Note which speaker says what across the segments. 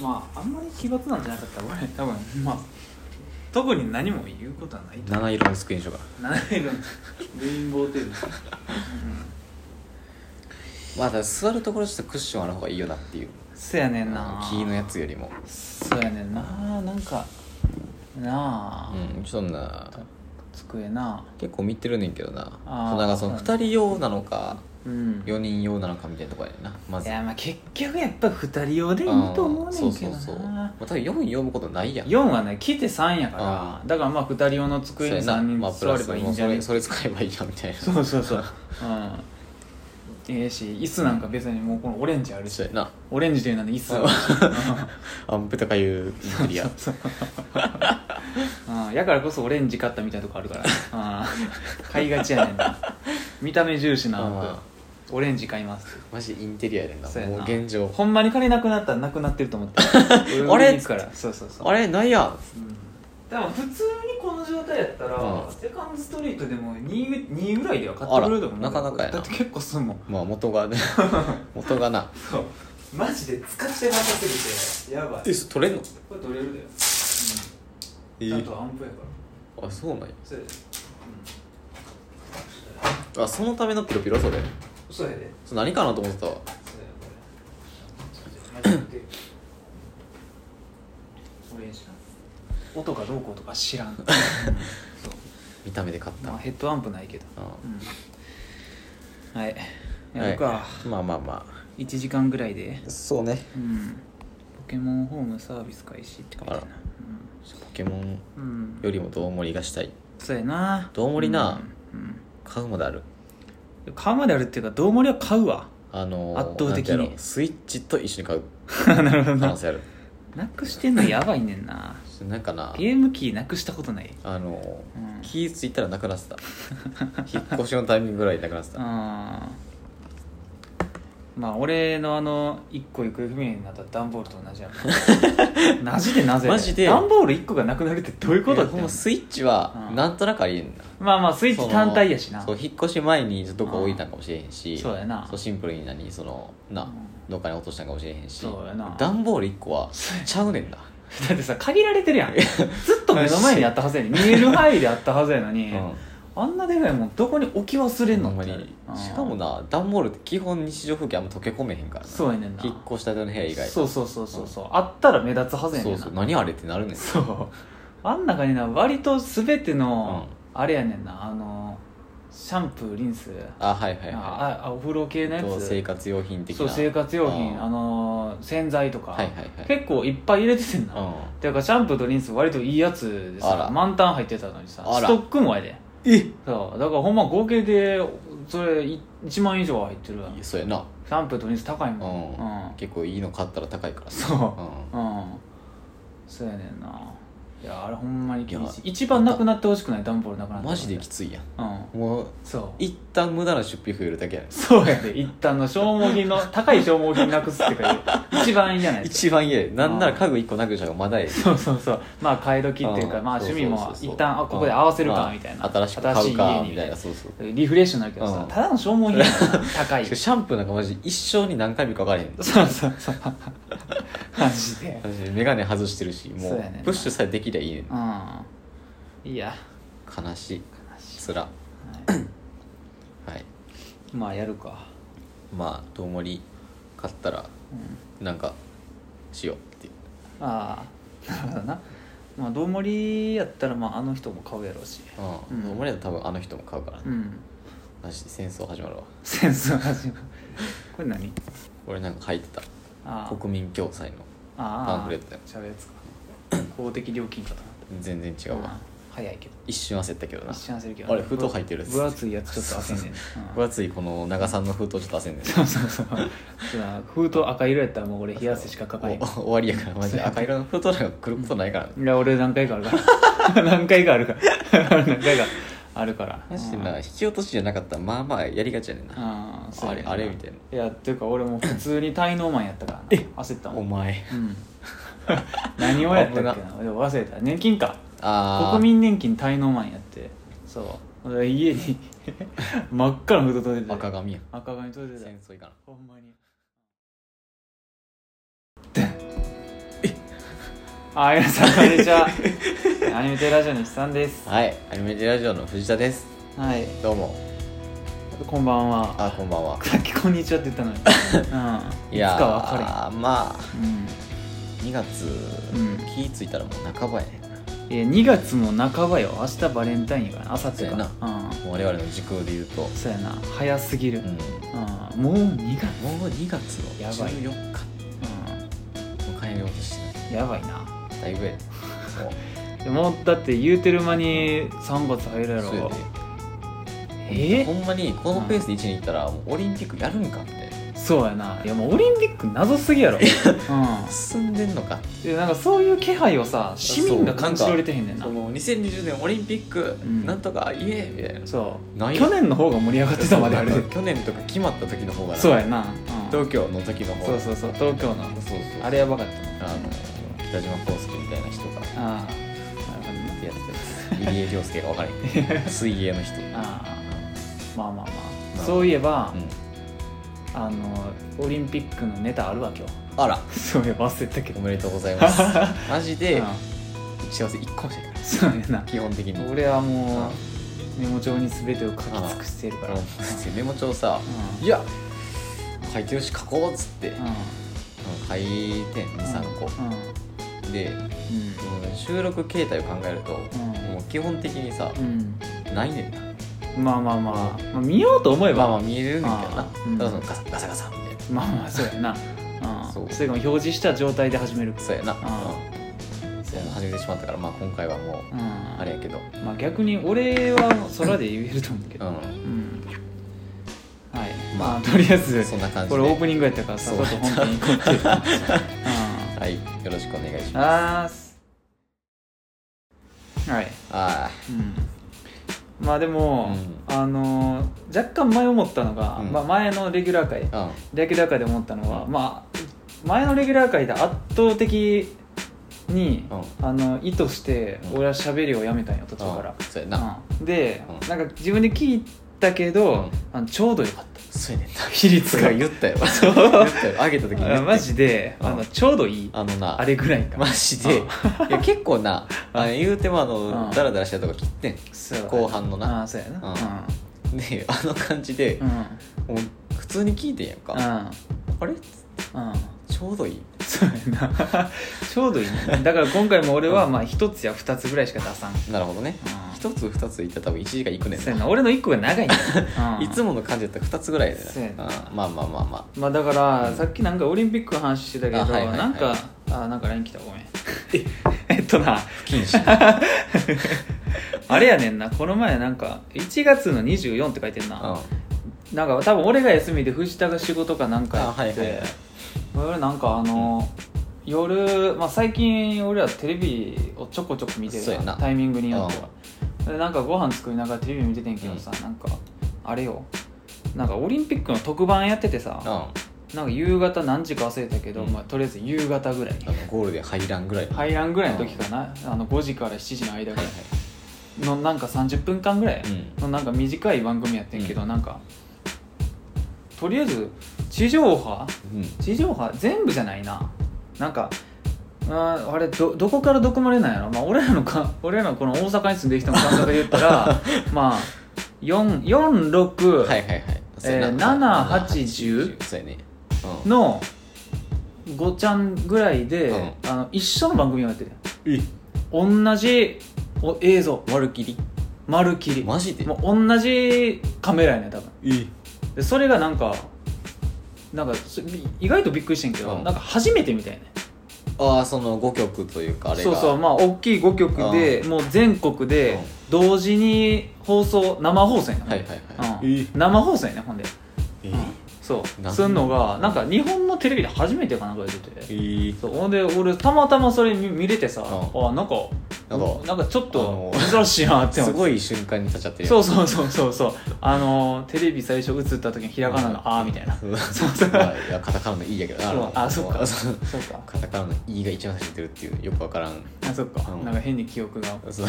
Speaker 1: まああんまり奇抜なんじゃなかったら俺多分まあ特に何も言うことはないと
Speaker 2: 七色のスクリーンショットが
Speaker 1: 七色のレインボー テール
Speaker 2: まあだから座るところちょっとクッションある方がいいよなっていう
Speaker 1: そやねんな
Speaker 2: あの木のやつよりも
Speaker 1: そうやねんななんかなあ、
Speaker 2: うんそんな
Speaker 1: 机な
Speaker 2: 結構見てるねんけどな
Speaker 1: あー
Speaker 2: そうなんかその2人用なのか
Speaker 1: うん
Speaker 2: 4人用なのかみたいなとこやねんなま
Speaker 1: い
Speaker 2: ず
Speaker 1: やまあ結局やっぱ2人用でいいと思うねんけど
Speaker 2: あーそうそうそう、
Speaker 1: な
Speaker 2: まあ、多分4読むことないやん
Speaker 1: 4はね来て3やからだからまあ2人用の机に
Speaker 2: そうやな
Speaker 1: 3
Speaker 2: ま
Speaker 1: 人
Speaker 2: あプ
Speaker 1: 座
Speaker 2: ラ
Speaker 1: れ
Speaker 2: ス
Speaker 1: ば
Speaker 2: も
Speaker 1: いういんじゃ
Speaker 2: そ
Speaker 1: ない
Speaker 2: れそれ使えばいいやんみたいな
Speaker 1: そうそう そううんええし椅子なんか別にもうこのオレンジあるし
Speaker 2: そうやな
Speaker 1: オレンジという名で椅子
Speaker 2: うん アンプとかいうイン テリア
Speaker 1: うん、やからこそオレンジ買ったみたいなとこあるから、うん、買いがちやねん な見た目重視な
Speaker 2: あ
Speaker 1: オレンジ買います
Speaker 2: マジインテリアやねんな
Speaker 1: そうやな
Speaker 2: もう現状
Speaker 1: ほんまに金なくなったらなくなってると思って あ
Speaker 2: れ
Speaker 1: からそうそうそう
Speaker 2: あれないやん
Speaker 1: うんでも普通にこの状態やったら、
Speaker 2: うん
Speaker 1: セカンドストリートでも 2, 2ぐらいでは買ってくれると思う
Speaker 2: あらなかなかやな
Speaker 1: だって結構すんもん
Speaker 2: まあ 元がね元がな
Speaker 1: そうマジで使ってなさすぎてやばい
Speaker 2: そ取れんの
Speaker 1: これ取れるだよ、
Speaker 2: え
Speaker 1: うん、あとアンプやから
Speaker 2: あそうなんや
Speaker 1: そうやで
Speaker 2: あそのためのピロピロそれ
Speaker 1: うんそうやで
Speaker 2: それ何かなと思ってたわ
Speaker 1: そうやこれマジでオレンジな音がどうこうとか知 らん、うんそう
Speaker 2: 見た目で買った、
Speaker 1: まあヘッドアンプないけど、
Speaker 2: う
Speaker 1: うん、はい
Speaker 2: ん
Speaker 1: やるか、
Speaker 2: はい、まあまあま
Speaker 1: 1時間ぐらいで
Speaker 2: あそうね
Speaker 1: うんポケモンホームサービス開始って書いてあるな
Speaker 2: あポケモン
Speaker 1: うん、うん、
Speaker 2: よりもどう盛りがしたい
Speaker 1: そうやな
Speaker 2: どうもりな
Speaker 1: うん、
Speaker 2: 買うまである
Speaker 1: うん買うまであるっていうかどうもりは買うわ
Speaker 2: あのー、
Speaker 1: 圧倒的に
Speaker 2: なんてやろスイッチと一緒に買う
Speaker 1: なるほど
Speaker 2: 可能
Speaker 1: な
Speaker 2: 性ある
Speaker 1: なくしてんのやばいねんな
Speaker 2: ちょっとなんかな
Speaker 1: ゲームキーなくしたことない
Speaker 2: あの
Speaker 1: う
Speaker 2: ー
Speaker 1: ん
Speaker 2: 気付いたらなくなってた引っ越しのタイミングぐらいでなくなってた
Speaker 1: あーまあ俺のあの1個行方不明になった段ボールと同じや なマジでなぜ
Speaker 2: マジで
Speaker 1: 段ボール1個がなくなるって どういうこと
Speaker 2: い
Speaker 1: っ
Speaker 2: や
Speaker 1: て
Speaker 2: ほんまスイッチは
Speaker 1: うん
Speaker 2: なんとなくありえんな
Speaker 1: まあまあスイッチ単体やしな
Speaker 2: そのそう引っ越し前にどこ置いたんかもしれへんし
Speaker 1: そうやな
Speaker 2: そうシンプルに何その
Speaker 1: う
Speaker 2: なんどっかに落としたんかもしれへんし
Speaker 1: そうやな
Speaker 2: 段ボール1個はちゃうねんな
Speaker 1: だってさ限られてるやんずっと目の前にあったはずやに見える範囲であったはずやの
Speaker 2: う
Speaker 1: に、
Speaker 2: ん
Speaker 1: あんなでかいもんどこに置き忘れんの
Speaker 2: ほんま
Speaker 1: ってなる
Speaker 2: に
Speaker 1: うん
Speaker 2: しかもな段ボールって基本日常風景あんま溶け込めへんからな
Speaker 1: そうやねんな
Speaker 2: 引っ越したての部屋以外
Speaker 1: そうそうそうそうそうあったら目立つはずやねん
Speaker 2: そう
Speaker 1: な
Speaker 2: そう何あれってなるねん
Speaker 1: そうあん中にな割と全ての、
Speaker 2: うん
Speaker 1: あれやねんなあのシャンプーリンス
Speaker 2: あはいはいは
Speaker 1: ああお風呂系の
Speaker 2: い
Speaker 1: や
Speaker 2: と
Speaker 1: つ
Speaker 2: 生活用品的な
Speaker 1: そう生活用品あ
Speaker 2: あ
Speaker 1: の洗剤とか、
Speaker 2: はいはいはい
Speaker 1: 結構いっぱい入れててんな、
Speaker 2: う
Speaker 1: ていうかシャンプーとリンス割といいやつで
Speaker 2: あ
Speaker 1: さ
Speaker 2: ら
Speaker 1: 満タン入ってたのにさ
Speaker 2: あ
Speaker 1: ス
Speaker 2: ら
Speaker 1: トックもやで
Speaker 2: んえ
Speaker 1: そうだからほんま合計でそれい1万以上は入ってるわ
Speaker 2: そうやな
Speaker 1: シャンプーとリンス高いもん、
Speaker 2: うん結構いいの買ったら高いから
Speaker 1: そううんうんそうやねんないやあれほんまに厳しい
Speaker 2: いや
Speaker 1: 一番なくなってほしくない段ボールなくなって
Speaker 2: マジで
Speaker 1: き
Speaker 2: きついや
Speaker 1: うん
Speaker 2: んもう
Speaker 1: そう
Speaker 2: 一旦無駄な出費増えるだけやね
Speaker 1: そうやで一旦の消耗 品の高い消耗品なくすってかいう一番いいじゃないですか
Speaker 2: 一番嫌やなんなら家具 一個なくした方がまだええ
Speaker 1: そうそうそうまあ買い時っていうか
Speaker 2: ん
Speaker 1: まあ
Speaker 2: そう
Speaker 1: 趣
Speaker 2: そ
Speaker 1: 味
Speaker 2: う
Speaker 1: も
Speaker 2: そうそう
Speaker 1: 一旦あここで合わせる
Speaker 2: ま
Speaker 1: か
Speaker 2: あ
Speaker 1: みたいな
Speaker 2: 新しく買うか
Speaker 1: 新しい家に
Speaker 2: みたいなそうそう
Speaker 1: リフレッシュになるけどさ
Speaker 2: うん
Speaker 1: ただの消耗品やから 高い
Speaker 2: しかもシャンプーなんかマジ一生に何回もかかれへん
Speaker 1: そうそうそうマジで
Speaker 2: 私眼鏡外してるしも
Speaker 1: そう
Speaker 2: う
Speaker 1: やねんな
Speaker 2: プッシュさえできりゃいいねん
Speaker 1: うんいや
Speaker 2: 悲しい
Speaker 1: 悲し
Speaker 2: つらはいい
Speaker 1: まあやるか
Speaker 2: まあどうもり買ったら
Speaker 1: うん
Speaker 2: なんかしようっていう
Speaker 1: ああなるほどなまあどうもりやったらまああの人も買うやろうしう
Speaker 2: う
Speaker 1: ん
Speaker 2: んどうもりだと多分あの人も買うから
Speaker 1: うん
Speaker 2: マジで戦争始まるわ
Speaker 1: センスが始まるこれ何
Speaker 2: 俺なんか書いて
Speaker 1: あ
Speaker 2: た
Speaker 1: ー
Speaker 2: 国民共済の
Speaker 1: あ
Speaker 2: パンフレットや
Speaker 1: ちゃうやつか公的料金かと
Speaker 2: 全然違
Speaker 1: 思
Speaker 2: う
Speaker 1: った
Speaker 2: わ
Speaker 1: あー早いけど
Speaker 2: 一瞬焦ったけどな
Speaker 1: 一瞬焦るけど
Speaker 2: あれ封筒入ってるやつ
Speaker 1: 分厚いやつちょっと焦んねんうん
Speaker 2: 分厚いこの長さんの封筒ちょっと焦んねん
Speaker 1: そうそうそうそうだ封筒赤色やったらもう俺冷や汗しかかかへん
Speaker 2: お 終わりやからマジで赤色の封筒なんか来ることないからね
Speaker 1: いや俺何回かあるから 何回かあるから 何回かあるから
Speaker 2: マジでな引き落としじゃなかったらまあまあやりがちやねんな
Speaker 1: あーそうやねんな
Speaker 2: あれあれみたいない
Speaker 1: やっていうか俺も普通に滞納マンやったからな焦ったも
Speaker 2: お
Speaker 1: ん、
Speaker 2: 前
Speaker 1: うん 何をやったっけな
Speaker 2: 危
Speaker 1: でも忘れた年金か
Speaker 2: ああ
Speaker 1: 国民年金滞納マンやってそう俺家に 真っ赤な封筒届いてた
Speaker 2: 赤髪やん
Speaker 1: 赤紙届いてた
Speaker 2: 戦争いかな
Speaker 1: ほんまにあ皆さんこんにちは アニメテラジオの石さんです
Speaker 2: はいアニメテラジオの藤田です
Speaker 1: はい
Speaker 2: どうも
Speaker 1: こんばんは
Speaker 2: あこんばんは
Speaker 1: さっき「こんにちは」って言 ったのに、うん、いつ
Speaker 2: やー
Speaker 1: かわか
Speaker 2: まあ
Speaker 1: るん、うん
Speaker 2: 2月、
Speaker 1: ん
Speaker 2: 気ぃついたらもう半ばやね
Speaker 1: えー、2月も半ばよ明日バレンタインやからな明後日
Speaker 2: そうやな
Speaker 1: かう
Speaker 2: もう我々の時空で言うと、
Speaker 1: んそうやな早すぎる、
Speaker 2: うん、
Speaker 1: うんもう2月、
Speaker 2: もう2月の
Speaker 1: やばい
Speaker 2: 14日迎えようとして
Speaker 1: うん、やばいな
Speaker 2: ただいぶや でも
Speaker 1: でもうだって言うてる間に3月入るや
Speaker 2: うそうや
Speaker 1: ろ
Speaker 2: で
Speaker 1: え
Speaker 2: ほんまにこのペースで1年いったらもうオリンピックやるんかって
Speaker 1: そうやないやもうオリンピック謎すぎやろ、う
Speaker 2: 進んでんのか
Speaker 1: ん、でなんかそういう気配をさ市民が感じられてへんねんな
Speaker 2: その2020年オリンピック
Speaker 1: ん
Speaker 2: なんとかイエーイみたいな
Speaker 1: そう
Speaker 2: ない
Speaker 1: 去年の方が盛り上がってたまであ
Speaker 2: な
Speaker 1: る
Speaker 2: んか去年とか決まった時の方がな
Speaker 1: そうやな、うん、
Speaker 2: 東京の時の方
Speaker 1: そうそうそう東京の
Speaker 2: そうそう
Speaker 1: あれやばかった
Speaker 2: あの北島康介みたいな人がや
Speaker 1: ああなるほどね
Speaker 2: ってや つ入江涼介が分からへん水泳の人
Speaker 1: ああまあまあまあ、
Speaker 2: まあ
Speaker 1: そういえば
Speaker 2: う、ん
Speaker 1: あのオリンピックのネタあるわ今日
Speaker 2: あら
Speaker 1: そういえば忘れたけ
Speaker 2: お
Speaker 1: ど
Speaker 2: めでとうございます マジで
Speaker 1: うん
Speaker 2: 幸せ一個もしないから
Speaker 1: そうやな
Speaker 2: 基本的に
Speaker 1: 俺はもうメモ帳に全てを書き尽くしてるから
Speaker 2: あのメモ帳さ「
Speaker 1: う
Speaker 2: いや書いてるし書こう」っつって
Speaker 1: ん
Speaker 2: 書いてん23個
Speaker 1: うん
Speaker 2: でもう収録形態を考えるともう基本的にさ
Speaker 1: うん、うん
Speaker 2: ないねんな
Speaker 1: うん、まあまあまあ、まあ、見ようと思え
Speaker 2: まあま
Speaker 1: ば
Speaker 2: あ見えるんだけどな
Speaker 1: あーうん
Speaker 2: ただそのガサガサガサみたいな
Speaker 1: まあまあそうやな、うん、
Speaker 2: そう
Speaker 1: それかも表示した状態で始める
Speaker 2: そうやな
Speaker 1: あ
Speaker 2: うんそうやな始めてしまったからまあ今回はもう
Speaker 1: うん
Speaker 2: あれやけど
Speaker 1: まあ逆に俺は空で言えると思うけ
Speaker 2: う
Speaker 1: ど、
Speaker 2: ん
Speaker 1: うんはい
Speaker 2: ま
Speaker 1: ま
Speaker 2: あ
Speaker 1: あとりあえず
Speaker 2: そんな感じ
Speaker 1: こ
Speaker 2: で
Speaker 1: れオープニングやったからさち
Speaker 2: そ
Speaker 1: ょ
Speaker 2: う
Speaker 1: っと本当にこ ってる感じ
Speaker 2: はいよろしくお願いし
Speaker 1: うん
Speaker 2: ます
Speaker 1: あーすはい、
Speaker 2: あ
Speaker 1: うん、まあでも、
Speaker 2: う
Speaker 1: あのー若干前思ったのが、
Speaker 2: うん
Speaker 1: まあ、前のレギュラー会
Speaker 2: あ
Speaker 1: レギュラー会で思ったのは、まあ前のレギュラー会で圧倒的に、
Speaker 2: う
Speaker 1: あの意図して
Speaker 2: うん
Speaker 1: 俺は喋りをやめたんよ途
Speaker 2: うん
Speaker 1: 中から
Speaker 2: うん、そうやな
Speaker 1: うんで、
Speaker 2: うん
Speaker 1: なんか自分で聞いたけど、
Speaker 2: うん
Speaker 1: あのちょうどよかった
Speaker 2: そうやねんな
Speaker 1: 比率
Speaker 2: そ
Speaker 1: が
Speaker 2: れ言ったよ
Speaker 1: そう
Speaker 2: 言ったよあげた時に言
Speaker 1: あ
Speaker 2: った
Speaker 1: マジで、
Speaker 2: うん
Speaker 1: あのちょうどいいあ
Speaker 2: あのな
Speaker 1: れぐらいか
Speaker 2: マジで
Speaker 1: うん
Speaker 2: いや結 構なあの言うてもあ
Speaker 1: うん
Speaker 2: のダラダラしたとこ切ってん
Speaker 1: そう
Speaker 2: 後半のな
Speaker 1: あそうやな
Speaker 2: であの感じで
Speaker 1: うんうん
Speaker 2: もう普通に聞いてんやん
Speaker 1: う
Speaker 2: か
Speaker 1: ん
Speaker 2: あれ
Speaker 1: うん
Speaker 2: ちょうどいい
Speaker 1: そうやな ちょうどいいねだから今回も俺はまあ一つや二つぐらいしか出さん、
Speaker 2: なるほどね
Speaker 1: う
Speaker 2: 一つ二ついったら多分1時間いくね
Speaker 1: ん、
Speaker 2: ん
Speaker 1: そう
Speaker 2: な
Speaker 1: やな俺の一個が長いん だよ、うん
Speaker 2: いつもの感じだったら2つぐらいだ
Speaker 1: そうや
Speaker 2: よ
Speaker 1: な
Speaker 2: なうんまあまあまあま
Speaker 1: まあだから、さっきなんかオリンピックの話してたけど、
Speaker 2: あはいはいはい
Speaker 1: なんかあなんか LINE 来たごめん えっとな
Speaker 2: あ不謹慎
Speaker 1: あれやねんなこの前なんか1月の24って書いてんな、
Speaker 2: う
Speaker 1: なんか多分俺が休みで藤田が仕事かなんかやって、
Speaker 2: あはいはいはい
Speaker 1: 俺なんかあの、夜、まあ、最近俺らテレビをちょこちょこ見てる
Speaker 2: そうやな
Speaker 1: タイミングによっては、でなんかご飯作りながらテレビ見ててんけどさ、なんかあれよなんかオリンピックの特番やっててさ、
Speaker 2: んうん
Speaker 1: なんか夕方何時か忘れたけど、
Speaker 2: うん
Speaker 1: まあ、とりあえず夕方ぐらい
Speaker 2: あのゴールで入らんぐらいの
Speaker 1: 入らんぐらいの時かな、あの5時から7時の間ぐら
Speaker 2: はい
Speaker 1: いのなんか30分間ぐらい
Speaker 2: うん
Speaker 1: のなんか短い番組やってんけど、
Speaker 2: うん
Speaker 1: なんかとりあえず地上波
Speaker 2: うん
Speaker 1: 地上波全部じゃないななんかあーあれどどこからどこまでなんやろ、まあ、俺らのか俺らのこの大阪に住んでる人の感覚で言った らまあ446、
Speaker 2: はいはいはいそうや
Speaker 1: えー
Speaker 2: な
Speaker 1: 7 8 10
Speaker 2: そうやねうん
Speaker 1: の5ちゃんぐらいで、
Speaker 2: う
Speaker 1: あの一緒の番組をやってる
Speaker 2: え
Speaker 1: 同じお映像
Speaker 2: 丸切り
Speaker 1: 丸切り
Speaker 2: マジで
Speaker 1: もう同じカメラやね多分
Speaker 2: え
Speaker 1: でそれがなんかなんかそ意外とびっくりしてんけど、
Speaker 2: うん
Speaker 1: なんか初めてみたいね
Speaker 2: ああその5曲というかあれが
Speaker 1: そうそうまあ大きい5曲で、もう全国で同時に放送生放送やな、
Speaker 2: はいはいはい
Speaker 1: うん生放送やねほんで、
Speaker 2: え
Speaker 1: うんそ
Speaker 2: な
Speaker 1: うんすんのがなんか日本のテレビで初めてかなんかで出て
Speaker 2: えー
Speaker 1: そうほんで俺たまたまそれ見見れてさ、
Speaker 2: うん
Speaker 1: あなんか
Speaker 2: なんか
Speaker 1: なんかちょっ
Speaker 2: あ
Speaker 1: と
Speaker 2: の
Speaker 1: 珍しいなって思
Speaker 2: す
Speaker 1: って
Speaker 2: ごい瞬間に立っちゃってる
Speaker 1: そうそうそうそうそうあのテレビ最初映った時にひらがなの「あ」みたいな
Speaker 2: そう
Speaker 1: そうそう
Speaker 2: まあいやカタカナの「い」やけど
Speaker 1: そう あそっか
Speaker 2: う
Speaker 1: そうか
Speaker 2: カタカナの「い」が一番最初に出るっていうよくわからん
Speaker 1: あそっか、
Speaker 2: うん
Speaker 1: なんか変に記憶が
Speaker 2: そう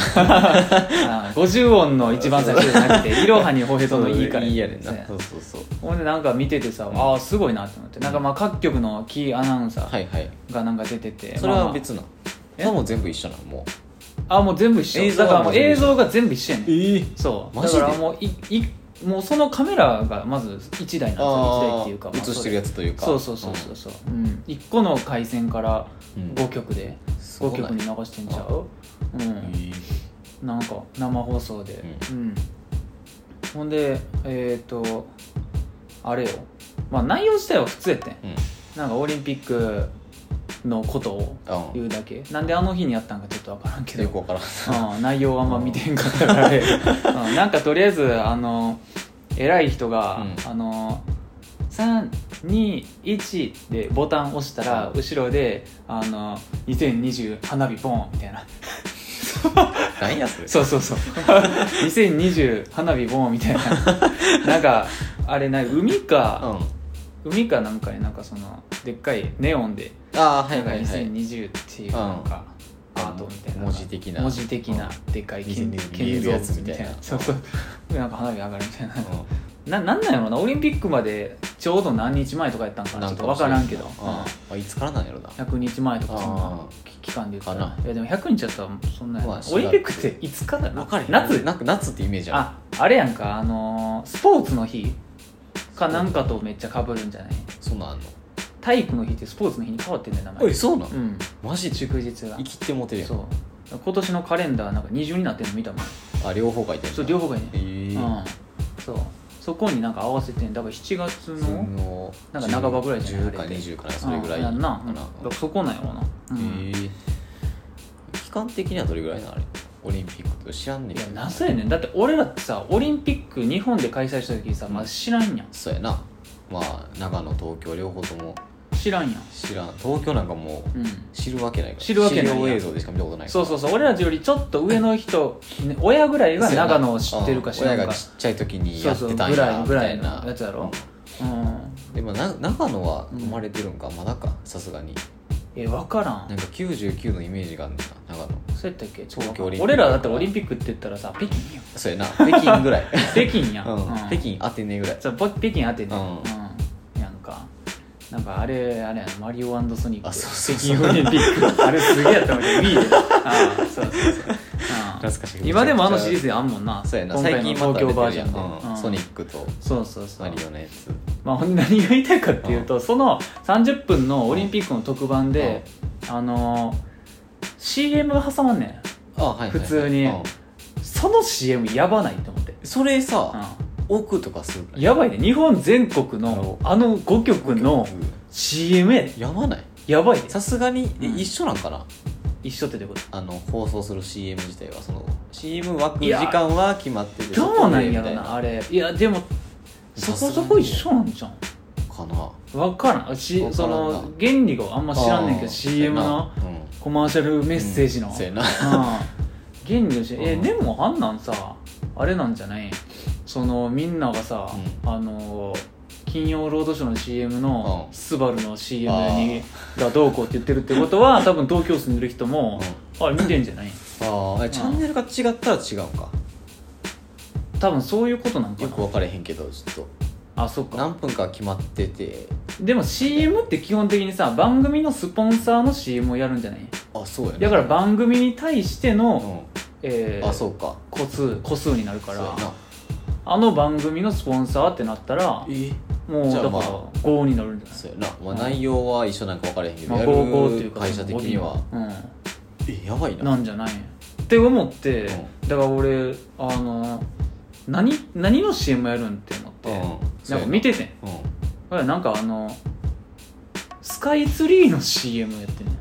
Speaker 1: あ50音の一番最初じゃなく て「いろはにほへと」の「い」から
Speaker 2: いいやねん
Speaker 1: そ
Speaker 2: な
Speaker 1: うや
Speaker 2: そうそうそう
Speaker 1: ほんでなんか見ててさ、
Speaker 2: ん
Speaker 1: ああすごいなって思ってなんかまあ各局のキーアナウンサ
Speaker 2: はいはい
Speaker 1: ーがなんか出てて、
Speaker 2: それは
Speaker 1: まあまあ
Speaker 2: 別な
Speaker 1: え
Speaker 2: それも全部一緒なのも
Speaker 1: あもう全部一緒
Speaker 2: 映像
Speaker 1: だ
Speaker 2: は
Speaker 1: からもう映像が全部一緒や
Speaker 2: う
Speaker 1: ねん
Speaker 2: ええ
Speaker 1: そう
Speaker 2: マ
Speaker 1: だ
Speaker 2: ジで
Speaker 1: からもういいもうそのカメラがまず1台なんですよ1台っていうかまあ
Speaker 2: 映してるやつというか
Speaker 1: そうそうそうそうそう、うん、1個の回線から5曲で、
Speaker 2: す
Speaker 1: 五
Speaker 2: ごない
Speaker 1: 曲に流してんちゃうう
Speaker 2: うん
Speaker 1: ん、なんか生放送で、うんほんでえっ、とあれよまあ内容自体は普通やってん
Speaker 2: うん
Speaker 1: なんかオリンピックのことを
Speaker 2: あ
Speaker 1: 言うだけなんであの日にやったんかちょっと分からんけ
Speaker 2: よく
Speaker 1: ど、
Speaker 2: わからん
Speaker 1: うん、内容はあんま見てへんかった からあれ、うん、なんかとりあえずあの偉い人が、
Speaker 2: うん
Speaker 1: あの321でボタン押したら後ろで「あの2020花火ボン」みたいな
Speaker 2: 何やそれ
Speaker 1: そうそう そう2020花火ボーンみたいななんかあれな海
Speaker 2: う
Speaker 1: か、
Speaker 2: ん
Speaker 1: 海かなんかになんかそのでっかいネオンで
Speaker 2: ああは
Speaker 1: ないんか
Speaker 2: はいはい
Speaker 1: 2020っていうなんかアートみたいな
Speaker 2: 文字的な
Speaker 1: 文字的なでっかい建
Speaker 2: 見える
Speaker 1: 建造物み
Speaker 2: 見え
Speaker 1: たい
Speaker 2: るやつみたい
Speaker 1: な
Speaker 2: な
Speaker 1: そうそうでなんか花火上がるみたいな
Speaker 2: う
Speaker 1: ななんなんやろうなオリンピックまでちょうど何日前とかやったんか
Speaker 2: ん
Speaker 1: な
Speaker 2: な
Speaker 1: ちょ
Speaker 2: ん
Speaker 1: っと分からんけど、
Speaker 2: かもしれんなあいつからなんやろな
Speaker 1: 100日前とかそん
Speaker 2: あ
Speaker 1: な期間で言った
Speaker 2: からない
Speaker 1: やでも100日やったらそんなやな
Speaker 2: まあ
Speaker 1: オリンピックっていつからな
Speaker 2: わかる
Speaker 1: 夏
Speaker 2: なんか夏ってイメージあ
Speaker 1: ああれやんかあのースポーツの日かなんかとめっちゃかぶるんじゃない
Speaker 2: るそんなんあんの
Speaker 1: 体育の日ってスポーツの日に変わってんだよ名
Speaker 2: おい
Speaker 1: 前
Speaker 2: そうなの
Speaker 1: うん
Speaker 2: マジで
Speaker 1: 祝日が
Speaker 2: 生きてもてるや
Speaker 1: そ
Speaker 2: ん
Speaker 1: う今年のカレンダーなんか二重になってんの見たもん
Speaker 2: あ両方書いてる
Speaker 1: そう両方がいい
Speaker 2: え
Speaker 1: ねうんそうそこになんか合わせてんだから7月の
Speaker 2: の
Speaker 1: なんか半ばぐらいじゃない
Speaker 2: 10か20かなそれぐらい
Speaker 1: うんやんな
Speaker 2: か
Speaker 1: うんだからそこなんやろなうん
Speaker 2: えー期間的にはどれぐらいなのあれオリンピックと知らんねん
Speaker 1: い
Speaker 2: け
Speaker 1: や
Speaker 2: ど
Speaker 1: なぜやねんだって俺らってさオリンピック日本で開催した時さまだ知らんやん
Speaker 2: そうやなまあ長野東京両方とも
Speaker 1: 知らんやん
Speaker 2: 知らん東京なんかもう
Speaker 1: うん
Speaker 2: 知るわけないから
Speaker 1: 知るわけないやん
Speaker 2: 資料映像でしか見たことない
Speaker 1: そうそううそう俺らよりちょっと上の人ね親ぐらいが長野を知ってるか知らん
Speaker 2: 親
Speaker 1: か
Speaker 2: がちっちゃい時に
Speaker 1: そ
Speaker 2: や
Speaker 1: う
Speaker 2: っ
Speaker 1: そう
Speaker 2: て
Speaker 1: ぐ
Speaker 2: たんや
Speaker 1: らい
Speaker 2: み
Speaker 1: ぐ
Speaker 2: た
Speaker 1: ら
Speaker 2: い
Speaker 1: い
Speaker 2: な
Speaker 1: のやつやろ
Speaker 2: うん
Speaker 1: うん
Speaker 2: でもな長野は生まれてるんか、まだかさすがに
Speaker 1: え分からん
Speaker 2: なんか99のイメージがあんねんな長野
Speaker 1: そうやったっけちょっと
Speaker 2: 東京オリンピック
Speaker 1: 俺らだったらオリンピックって言ったらさ北京やん
Speaker 2: そうやな北 京ぐらい、
Speaker 1: 北京やん、
Speaker 2: うん、北京アテネぐらい
Speaker 1: そうぼ北京当てね
Speaker 2: うん
Speaker 1: うんなんかなんかあれあれやなマリオソニック
Speaker 2: あそうそう
Speaker 1: 北京オリンピ ックあれすげえやったもんね Wii でああそうそうそううん
Speaker 2: 懐かしい
Speaker 1: 今でもあのシリー
Speaker 2: ズ
Speaker 1: ズあんもんな
Speaker 2: そうやな
Speaker 1: 今回
Speaker 2: 最
Speaker 1: の
Speaker 2: 近
Speaker 1: 東
Speaker 2: また出
Speaker 1: 京
Speaker 2: て
Speaker 1: バー
Speaker 2: る
Speaker 1: ジョ
Speaker 2: や
Speaker 1: ン
Speaker 2: ん、
Speaker 1: で、
Speaker 2: うん、ソニックと
Speaker 1: そうそうそう
Speaker 2: マリオのやつ
Speaker 1: まあ、ほんで何が言いたいかっていうと、その30分のオリンピックの特番で、あのー CM が挟まんねん
Speaker 2: あはいはいはい
Speaker 1: 普通に
Speaker 2: うん
Speaker 1: その CM やばないと思って、
Speaker 2: それ
Speaker 1: う
Speaker 2: さ、
Speaker 1: ん
Speaker 2: 奥とかする
Speaker 1: やばいね日本全国のあの5曲の CM やで
Speaker 2: やばない
Speaker 1: やばいで
Speaker 2: さすがに、え
Speaker 1: うん
Speaker 2: 一緒なんかな
Speaker 1: 一緒ってどういうこ
Speaker 2: あの放送する CM 自体はその CM 枠
Speaker 1: い
Speaker 2: 時
Speaker 1: や
Speaker 2: 間は決まってて
Speaker 1: とどうなんやろ
Speaker 2: そこでみたい
Speaker 1: なあれいやでもそこそこ一緒なんじゃん
Speaker 2: かな
Speaker 1: 分からんし
Speaker 2: わか
Speaker 1: そ
Speaker 2: らんな
Speaker 1: の原理があんま知らんねんけ
Speaker 2: あ
Speaker 1: ど
Speaker 2: ー
Speaker 1: CM の
Speaker 2: そうやなうん
Speaker 1: コマーシャルメッセージの、
Speaker 2: そうやな
Speaker 1: うん原理をしてえ
Speaker 2: うん
Speaker 1: でもあんなんさあれなんじゃないそのみんながさ、あの金曜ロードショーの CM の、
Speaker 2: うん
Speaker 1: スバルの CM にがどうこうって言ってるってことは多分東京住んでる人も、あれ見てんじゃない
Speaker 2: ああチャンネルが違ったら違うか
Speaker 1: 多分そういうことなんか
Speaker 2: よ
Speaker 1: な
Speaker 2: く分からへんけどちょっ
Speaker 1: あそっ
Speaker 2: と
Speaker 1: か
Speaker 2: 何分か決まってて
Speaker 1: でも CM って基本的にさ番組のスポンサーの CM をやるんじゃない
Speaker 2: あそうやな
Speaker 1: だから番組に対しての、
Speaker 2: う
Speaker 1: え
Speaker 2: ん
Speaker 1: ー
Speaker 2: あそうか
Speaker 1: 個数個数になるか
Speaker 2: そう
Speaker 1: ら
Speaker 2: やな
Speaker 1: あの番組のスポンサーってなったら
Speaker 2: え
Speaker 1: もう
Speaker 2: じ
Speaker 1: だ
Speaker 2: ゃ
Speaker 1: か
Speaker 2: あ
Speaker 1: ら
Speaker 2: まあ
Speaker 1: 5になるんじゃない
Speaker 2: そうやなま
Speaker 1: う
Speaker 2: あ
Speaker 1: ん
Speaker 2: 内容は一緒なんか分からへんけど
Speaker 1: まあ
Speaker 2: や
Speaker 1: 高校ってい
Speaker 2: る
Speaker 1: うか
Speaker 2: 会社的には
Speaker 1: う
Speaker 2: えやばい
Speaker 1: ん、
Speaker 2: な
Speaker 1: なんじゃないって思って、
Speaker 2: う
Speaker 1: だから俺あの何何の CM やるんって思って、なんか見ててん
Speaker 2: うん
Speaker 1: ほらなんかあのスカイツリーの CM やってんねん、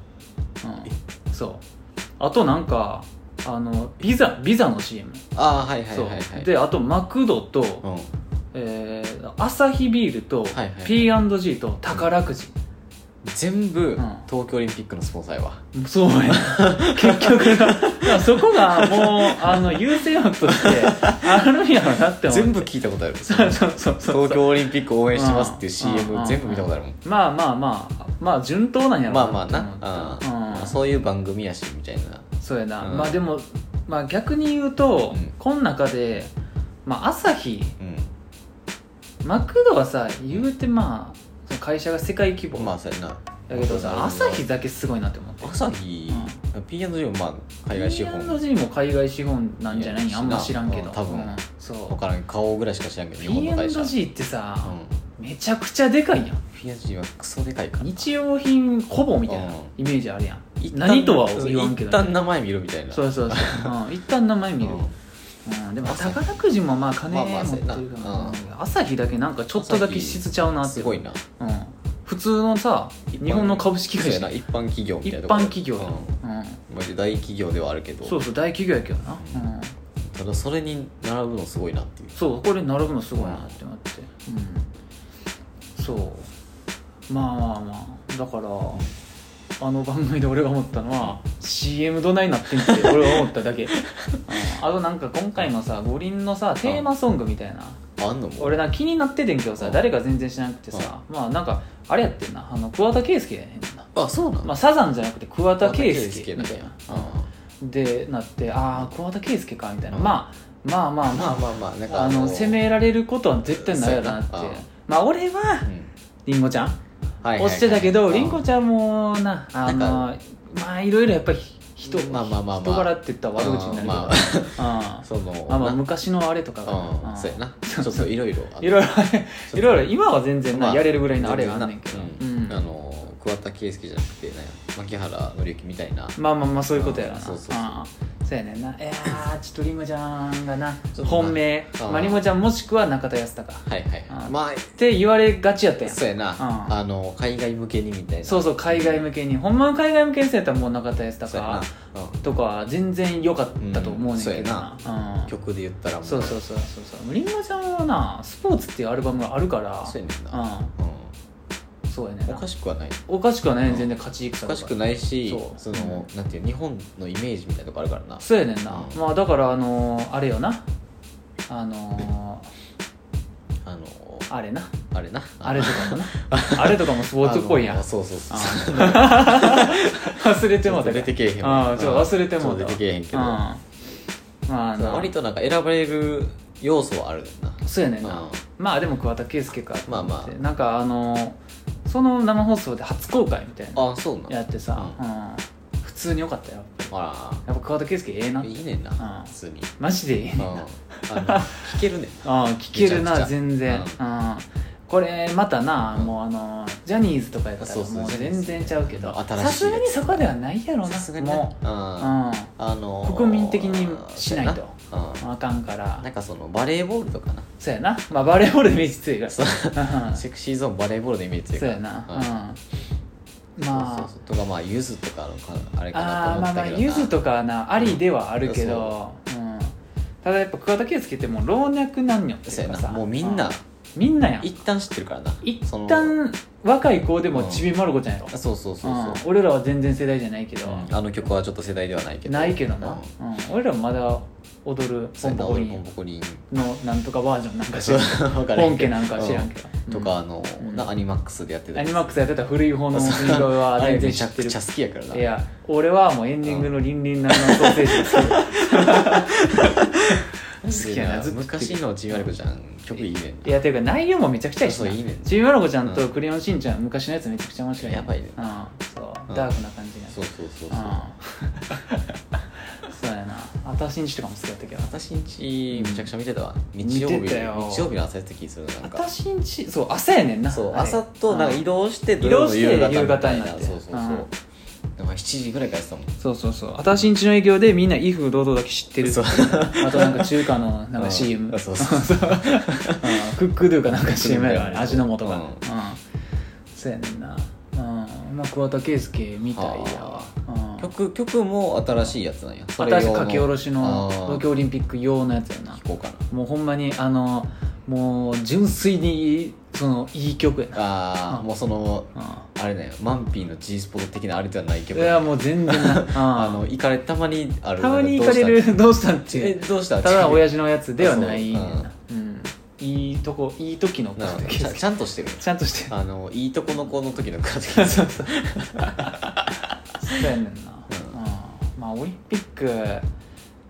Speaker 1: うん、そうあとなんかあのビザビザの CM
Speaker 2: ああはいはい
Speaker 1: そう、
Speaker 2: はいはい
Speaker 1: であとマクドと、
Speaker 2: うん
Speaker 1: えーアサヒビールと、
Speaker 2: はいはい
Speaker 1: P&G と宝くじ、
Speaker 2: 全部
Speaker 1: ん
Speaker 2: 東京オリンピックのスポンサーやわ
Speaker 1: そう やな結局なだからそこがもうあの優先枠としてあるんやろなって思う
Speaker 2: 全部聞いたことある
Speaker 1: そうそうそうそう
Speaker 2: 東京オリンピック応援してますっていう
Speaker 1: うんうん
Speaker 2: CM 全部見たことあるもん
Speaker 1: まあまあまあまあ順当なんやろ
Speaker 2: まあまあ
Speaker 1: って
Speaker 2: な、
Speaker 1: 思った
Speaker 2: うん
Speaker 1: うん、
Speaker 2: そういう番組やしみたいな
Speaker 1: そうやな、
Speaker 2: うん
Speaker 1: まあでも、まあ、逆に言うと、
Speaker 2: うん
Speaker 1: この中で、まあ、朝日
Speaker 2: う
Speaker 1: マクドはさ言うてまあその会社が世界規模
Speaker 2: んまあそうやな
Speaker 1: だけどさ、
Speaker 2: うん
Speaker 1: 朝日だけすごいなって思って
Speaker 2: 朝日
Speaker 1: うん
Speaker 2: P&G もまあ海外資本
Speaker 1: P&G も海外資本なんじゃない
Speaker 2: いや
Speaker 1: あんま知らんけど
Speaker 2: うん多分
Speaker 1: うんそ
Speaker 2: 分からん顔ぐらいしか知らんけど
Speaker 1: う
Speaker 2: 日本の会社、うん、
Speaker 1: P&G ってさ、めちゃくちゃでかいやん
Speaker 2: P&G はクソでかいから
Speaker 1: 日用品ほぼみたいな
Speaker 2: うん
Speaker 1: イメージあるやん
Speaker 2: 一旦
Speaker 1: 何とは言わんけ
Speaker 2: 一
Speaker 1: どね、
Speaker 2: 旦名前見るみたいな
Speaker 1: そうそうそう、うん、一旦名前見る、
Speaker 2: うん
Speaker 1: うん、でも宝くじもまあ金
Speaker 2: ま
Speaker 1: 持
Speaker 2: あまあ
Speaker 1: ってるから、
Speaker 2: そうやな
Speaker 1: 朝日だけなんかちょっとだけ質ちゃうなって
Speaker 2: すごいな
Speaker 1: うん、普通のさ
Speaker 2: 一般
Speaker 1: 日本の株式会
Speaker 2: そうや
Speaker 1: 社
Speaker 2: な一般企業み
Speaker 1: 一
Speaker 2: たいなとこ
Speaker 1: 般企業だ、
Speaker 2: う
Speaker 1: うん
Speaker 2: ん、マジで大企業ではあるけど
Speaker 1: そうそう大企業やけどな、うん、
Speaker 2: ただそれに並ぶのすごいなっていう
Speaker 1: そうこれ並ぶのすごいなって思って、うん、そうまあまあまあだからあの番組で俺が思ったのは CM どないなってんって俺は思っただけ、うんあとなんか今回のさ五輪のさテーマソングみたいな
Speaker 2: あんのも
Speaker 1: 俺な気になっててんけど
Speaker 2: う
Speaker 1: さ
Speaker 2: ん
Speaker 1: 誰か全然知らなくてさまあなんかあれやってんなあの桑田佳祐やねんな
Speaker 2: あそうなの、
Speaker 1: まあ、サザンじゃなくて桑田佳祐み
Speaker 2: なん
Speaker 1: た
Speaker 2: や
Speaker 1: いな
Speaker 2: あ
Speaker 1: でなってああ桑田佳祐かみたいな、
Speaker 2: うん
Speaker 1: まあ、まあまあま
Speaker 2: あ
Speaker 1: あ
Speaker 2: まあまあまあなんか
Speaker 1: あの攻められることは絶対ないやろなって
Speaker 2: そうやなああ
Speaker 1: まあ俺は
Speaker 2: うん
Speaker 1: りんごちゃん
Speaker 2: はいはいはい
Speaker 1: 押してたけど
Speaker 2: うん
Speaker 1: りんごちゃんもなあの
Speaker 2: な
Speaker 1: まあいろいろやっぱり人,、
Speaker 2: まあまあまあまあ
Speaker 1: 人柄って言ったら悪口になるけど、
Speaker 2: ま
Speaker 1: あ
Speaker 2: その
Speaker 1: あまあ
Speaker 2: な
Speaker 1: 昔のあれとかが
Speaker 2: うん
Speaker 1: うん
Speaker 2: そうやなちょっといろいろあ っ
Speaker 1: いろいろ
Speaker 2: と
Speaker 1: いろいろ今は全然な、
Speaker 2: まあ
Speaker 1: やれるぐらいのあれがあんねんけど、
Speaker 2: 全然なう
Speaker 1: う
Speaker 2: んあ
Speaker 1: ん
Speaker 2: の桑田佳祐じゃなくてなんや牧原紀之みたいな
Speaker 1: まあまあまあそういうことやろな
Speaker 2: うんそうそうそう
Speaker 1: ああそうやねんないやーちょっとりんごちゃんがな
Speaker 2: とな
Speaker 1: 本命
Speaker 2: ああ
Speaker 1: まありんごちゃんもしくは中田康隆っ
Speaker 2: はいはい
Speaker 1: あ
Speaker 2: ま
Speaker 1: て言われがちやった
Speaker 2: あ
Speaker 1: やん
Speaker 2: そうやな
Speaker 1: うん
Speaker 2: あの海外向けにみたいな
Speaker 1: そうそう海外向けにほんまの海外向けにせやったらもう中田康
Speaker 2: そうや
Speaker 1: 隆
Speaker 2: なうん
Speaker 1: とかは全然良かったと思うねんけどな,、うん
Speaker 2: 曲で言ったらも
Speaker 1: そうそうそうそうそうりんごちゃんはなスポーツっていうアルバムがあるから
Speaker 2: そうやねんな
Speaker 1: う
Speaker 2: うん
Speaker 1: んそうやねん
Speaker 2: お
Speaker 1: な
Speaker 2: かしくはない
Speaker 1: おかしくはね
Speaker 2: うん
Speaker 1: 全然勝ち戦
Speaker 2: お
Speaker 1: と
Speaker 2: かしくないし
Speaker 1: そう
Speaker 2: そのなんていう日本のイメージみたいなとこあるからな
Speaker 1: そうやねんな、
Speaker 2: うん
Speaker 1: まあだからあのーあれよなあの
Speaker 2: あの
Speaker 1: ーあれな
Speaker 2: あれな
Speaker 1: あれとかもな あれとかもスポーツっぽいやん
Speaker 2: あのそうそうそう
Speaker 1: あ忘れてもうた
Speaker 2: 出てけえへんわ
Speaker 1: ああちょっと忘れてもうた
Speaker 2: ちょっと出てけえへんけど
Speaker 1: うんまあな
Speaker 2: 割となんか選ばれる要素はあるねんな
Speaker 1: そうやねんな、
Speaker 2: うん
Speaker 1: まあでも桑田佳祐かと思って
Speaker 2: まあまあ
Speaker 1: なんかあのその生放送で初公開みたいな
Speaker 2: あそうな
Speaker 1: や
Speaker 2: の
Speaker 1: ってさ、うん普通に良かったよ
Speaker 2: あ
Speaker 1: やっぱ桑田佳祐ええな
Speaker 2: らいいねんな
Speaker 1: うん
Speaker 2: 普通に
Speaker 1: マジでええねん
Speaker 2: うんあの聞ける ねん
Speaker 1: あー聞ける
Speaker 2: めちゃ
Speaker 1: な
Speaker 2: くちゃ
Speaker 1: 全然、
Speaker 2: う
Speaker 1: うんこれまたな、
Speaker 2: うん
Speaker 1: もうあのジャニーズとかやった
Speaker 2: そ
Speaker 1: ら
Speaker 2: うそう
Speaker 1: もう全然ちゃうけど
Speaker 2: 新しいや
Speaker 1: さ
Speaker 2: つ
Speaker 1: すがにそこではないやろな
Speaker 2: さすがにね
Speaker 1: も
Speaker 2: うん
Speaker 1: う、
Speaker 2: あ
Speaker 1: うん、
Speaker 2: のー
Speaker 1: 国民的にしないと
Speaker 2: そうやなうん
Speaker 1: あかんから
Speaker 2: なんかそのバレーボールとかな
Speaker 1: そうやな、まあ、バレーボールでイメージついから
Speaker 2: そう
Speaker 1: うん
Speaker 2: セクシーゾーンバレーボールでイメージ
Speaker 1: そうや
Speaker 2: うん
Speaker 1: なうん
Speaker 2: そう
Speaker 1: ま
Speaker 2: そうそうとかまあゆずとかのかあれ
Speaker 1: あ
Speaker 2: かな
Speaker 1: あ
Speaker 2: と
Speaker 1: ー
Speaker 2: 思
Speaker 1: ま
Speaker 2: っ
Speaker 1: あま
Speaker 2: た
Speaker 1: あ
Speaker 2: けどな
Speaker 1: ゆずとかはなありではあるけどうんただやっぱ桑田佳祐ってもう老若男女って
Speaker 2: そう
Speaker 1: いう
Speaker 2: や
Speaker 1: か
Speaker 2: な
Speaker 1: さ
Speaker 2: もうみんな
Speaker 1: みんなやん
Speaker 2: 一旦知ってるからな
Speaker 1: 一
Speaker 2: その
Speaker 1: 旦若い子でも
Speaker 2: うん
Speaker 1: ちびまる子ちゃんやろ
Speaker 2: あそうそうそうそう
Speaker 1: うん俺らは全然世代じゃないけど
Speaker 2: うんあの曲はちょっと世代ではないけど
Speaker 1: ないけどな
Speaker 2: うん
Speaker 1: うん俺らもまだ踊るポ
Speaker 2: そう
Speaker 1: ン
Speaker 2: やな
Speaker 1: ポコ
Speaker 2: 俺
Speaker 1: リ
Speaker 2: ポン
Speaker 1: ン
Speaker 2: ポコリン
Speaker 1: のなんとかバージョンなんか知
Speaker 2: そう
Speaker 1: らん
Speaker 2: わから
Speaker 1: 本
Speaker 2: んけ
Speaker 1: 家
Speaker 2: ど
Speaker 1: なんかは知らんけど
Speaker 2: うん
Speaker 1: うん
Speaker 2: とかあの
Speaker 1: うん
Speaker 2: なアニマックスでやってた
Speaker 1: ア
Speaker 2: やつ
Speaker 1: ニマックスやってた古い方の
Speaker 2: そう
Speaker 1: 人形は
Speaker 2: あれ
Speaker 1: 全然
Speaker 2: め
Speaker 1: 知
Speaker 2: ち
Speaker 1: っ
Speaker 2: ゃ
Speaker 1: て
Speaker 2: く
Speaker 1: る
Speaker 2: ちゃ好きやからない
Speaker 1: や俺はもうエンディングの「リンリンナンナンソーセージ」好きやなずっと
Speaker 2: 昔のちびまる子ちゃん曲いいねん
Speaker 1: いやていうか内容もめちゃくちゃいいし
Speaker 2: そうそういいねん
Speaker 1: ちびまる子ちゃんと「クレヨンしんちゃん」昔のやつめちゃくちゃ面白いね
Speaker 2: やばいね
Speaker 1: うんそう
Speaker 2: うん
Speaker 1: ダークな感じが
Speaker 2: そうそうそうそう
Speaker 1: うんそうやなあたしんちとかも好きだったけど
Speaker 2: 私んちめちゃくちゃ見てたわ
Speaker 1: ん
Speaker 2: 日曜日
Speaker 1: 見てたよ
Speaker 2: 日曜日の朝やった気するな
Speaker 1: あ
Speaker 2: ん
Speaker 1: た
Speaker 2: か
Speaker 1: しんちそう朝やねんな
Speaker 2: そう
Speaker 1: あれ
Speaker 2: 朝となんか
Speaker 1: うん
Speaker 2: 移動して
Speaker 1: 移動して
Speaker 2: 土曜のみたい
Speaker 1: 夕方になって
Speaker 2: そうそうそうなんか7時ぐらいからやってたもん
Speaker 1: そうそうそうあたしんちの営業でみんな「威風堂々だけ知ってる」
Speaker 2: そう
Speaker 1: あとなんか中華のなん
Speaker 2: う
Speaker 1: か
Speaker 2: ん
Speaker 1: CM
Speaker 2: あそうそう
Speaker 1: そううんクックドゥかなんか CM やからね
Speaker 2: クック
Speaker 1: 味
Speaker 2: ドゥ
Speaker 1: の素が
Speaker 2: うん
Speaker 1: うんそうやねんなうんまあ桑田佳祐みたいやわ
Speaker 2: は
Speaker 1: うん
Speaker 2: 曲曲も新しいやつ なんやそれ用
Speaker 1: 私
Speaker 2: の
Speaker 1: 書き下ろしの
Speaker 2: あー
Speaker 1: 東京オリンピック用のやつやな
Speaker 2: 聞こうかな
Speaker 1: もうほんまにあのもう純粋にそのいい曲やな
Speaker 2: ああ
Speaker 1: うん
Speaker 2: もうその
Speaker 1: う
Speaker 2: あれだよマンピーの G スポット的なあれではないけ
Speaker 1: んい
Speaker 2: ど
Speaker 1: や もう全然な
Speaker 2: あ
Speaker 1: うん
Speaker 2: の行かれたまにある
Speaker 1: たまに行かれるどうしたんっ
Speaker 2: どうした
Speaker 1: て
Speaker 2: え
Speaker 1: いう
Speaker 2: どうした
Speaker 1: ただ
Speaker 2: 違う
Speaker 1: 親父のやつではないねん
Speaker 2: あ
Speaker 1: なうんいいとこいい時の桑
Speaker 2: なるほ
Speaker 1: 田佳
Speaker 2: どちゃ
Speaker 1: 祐
Speaker 2: ちゃんとしてる
Speaker 1: ちゃんとして
Speaker 2: あのいいとこの子の時の 感じです
Speaker 1: そうやねんな、うんまあオリンピック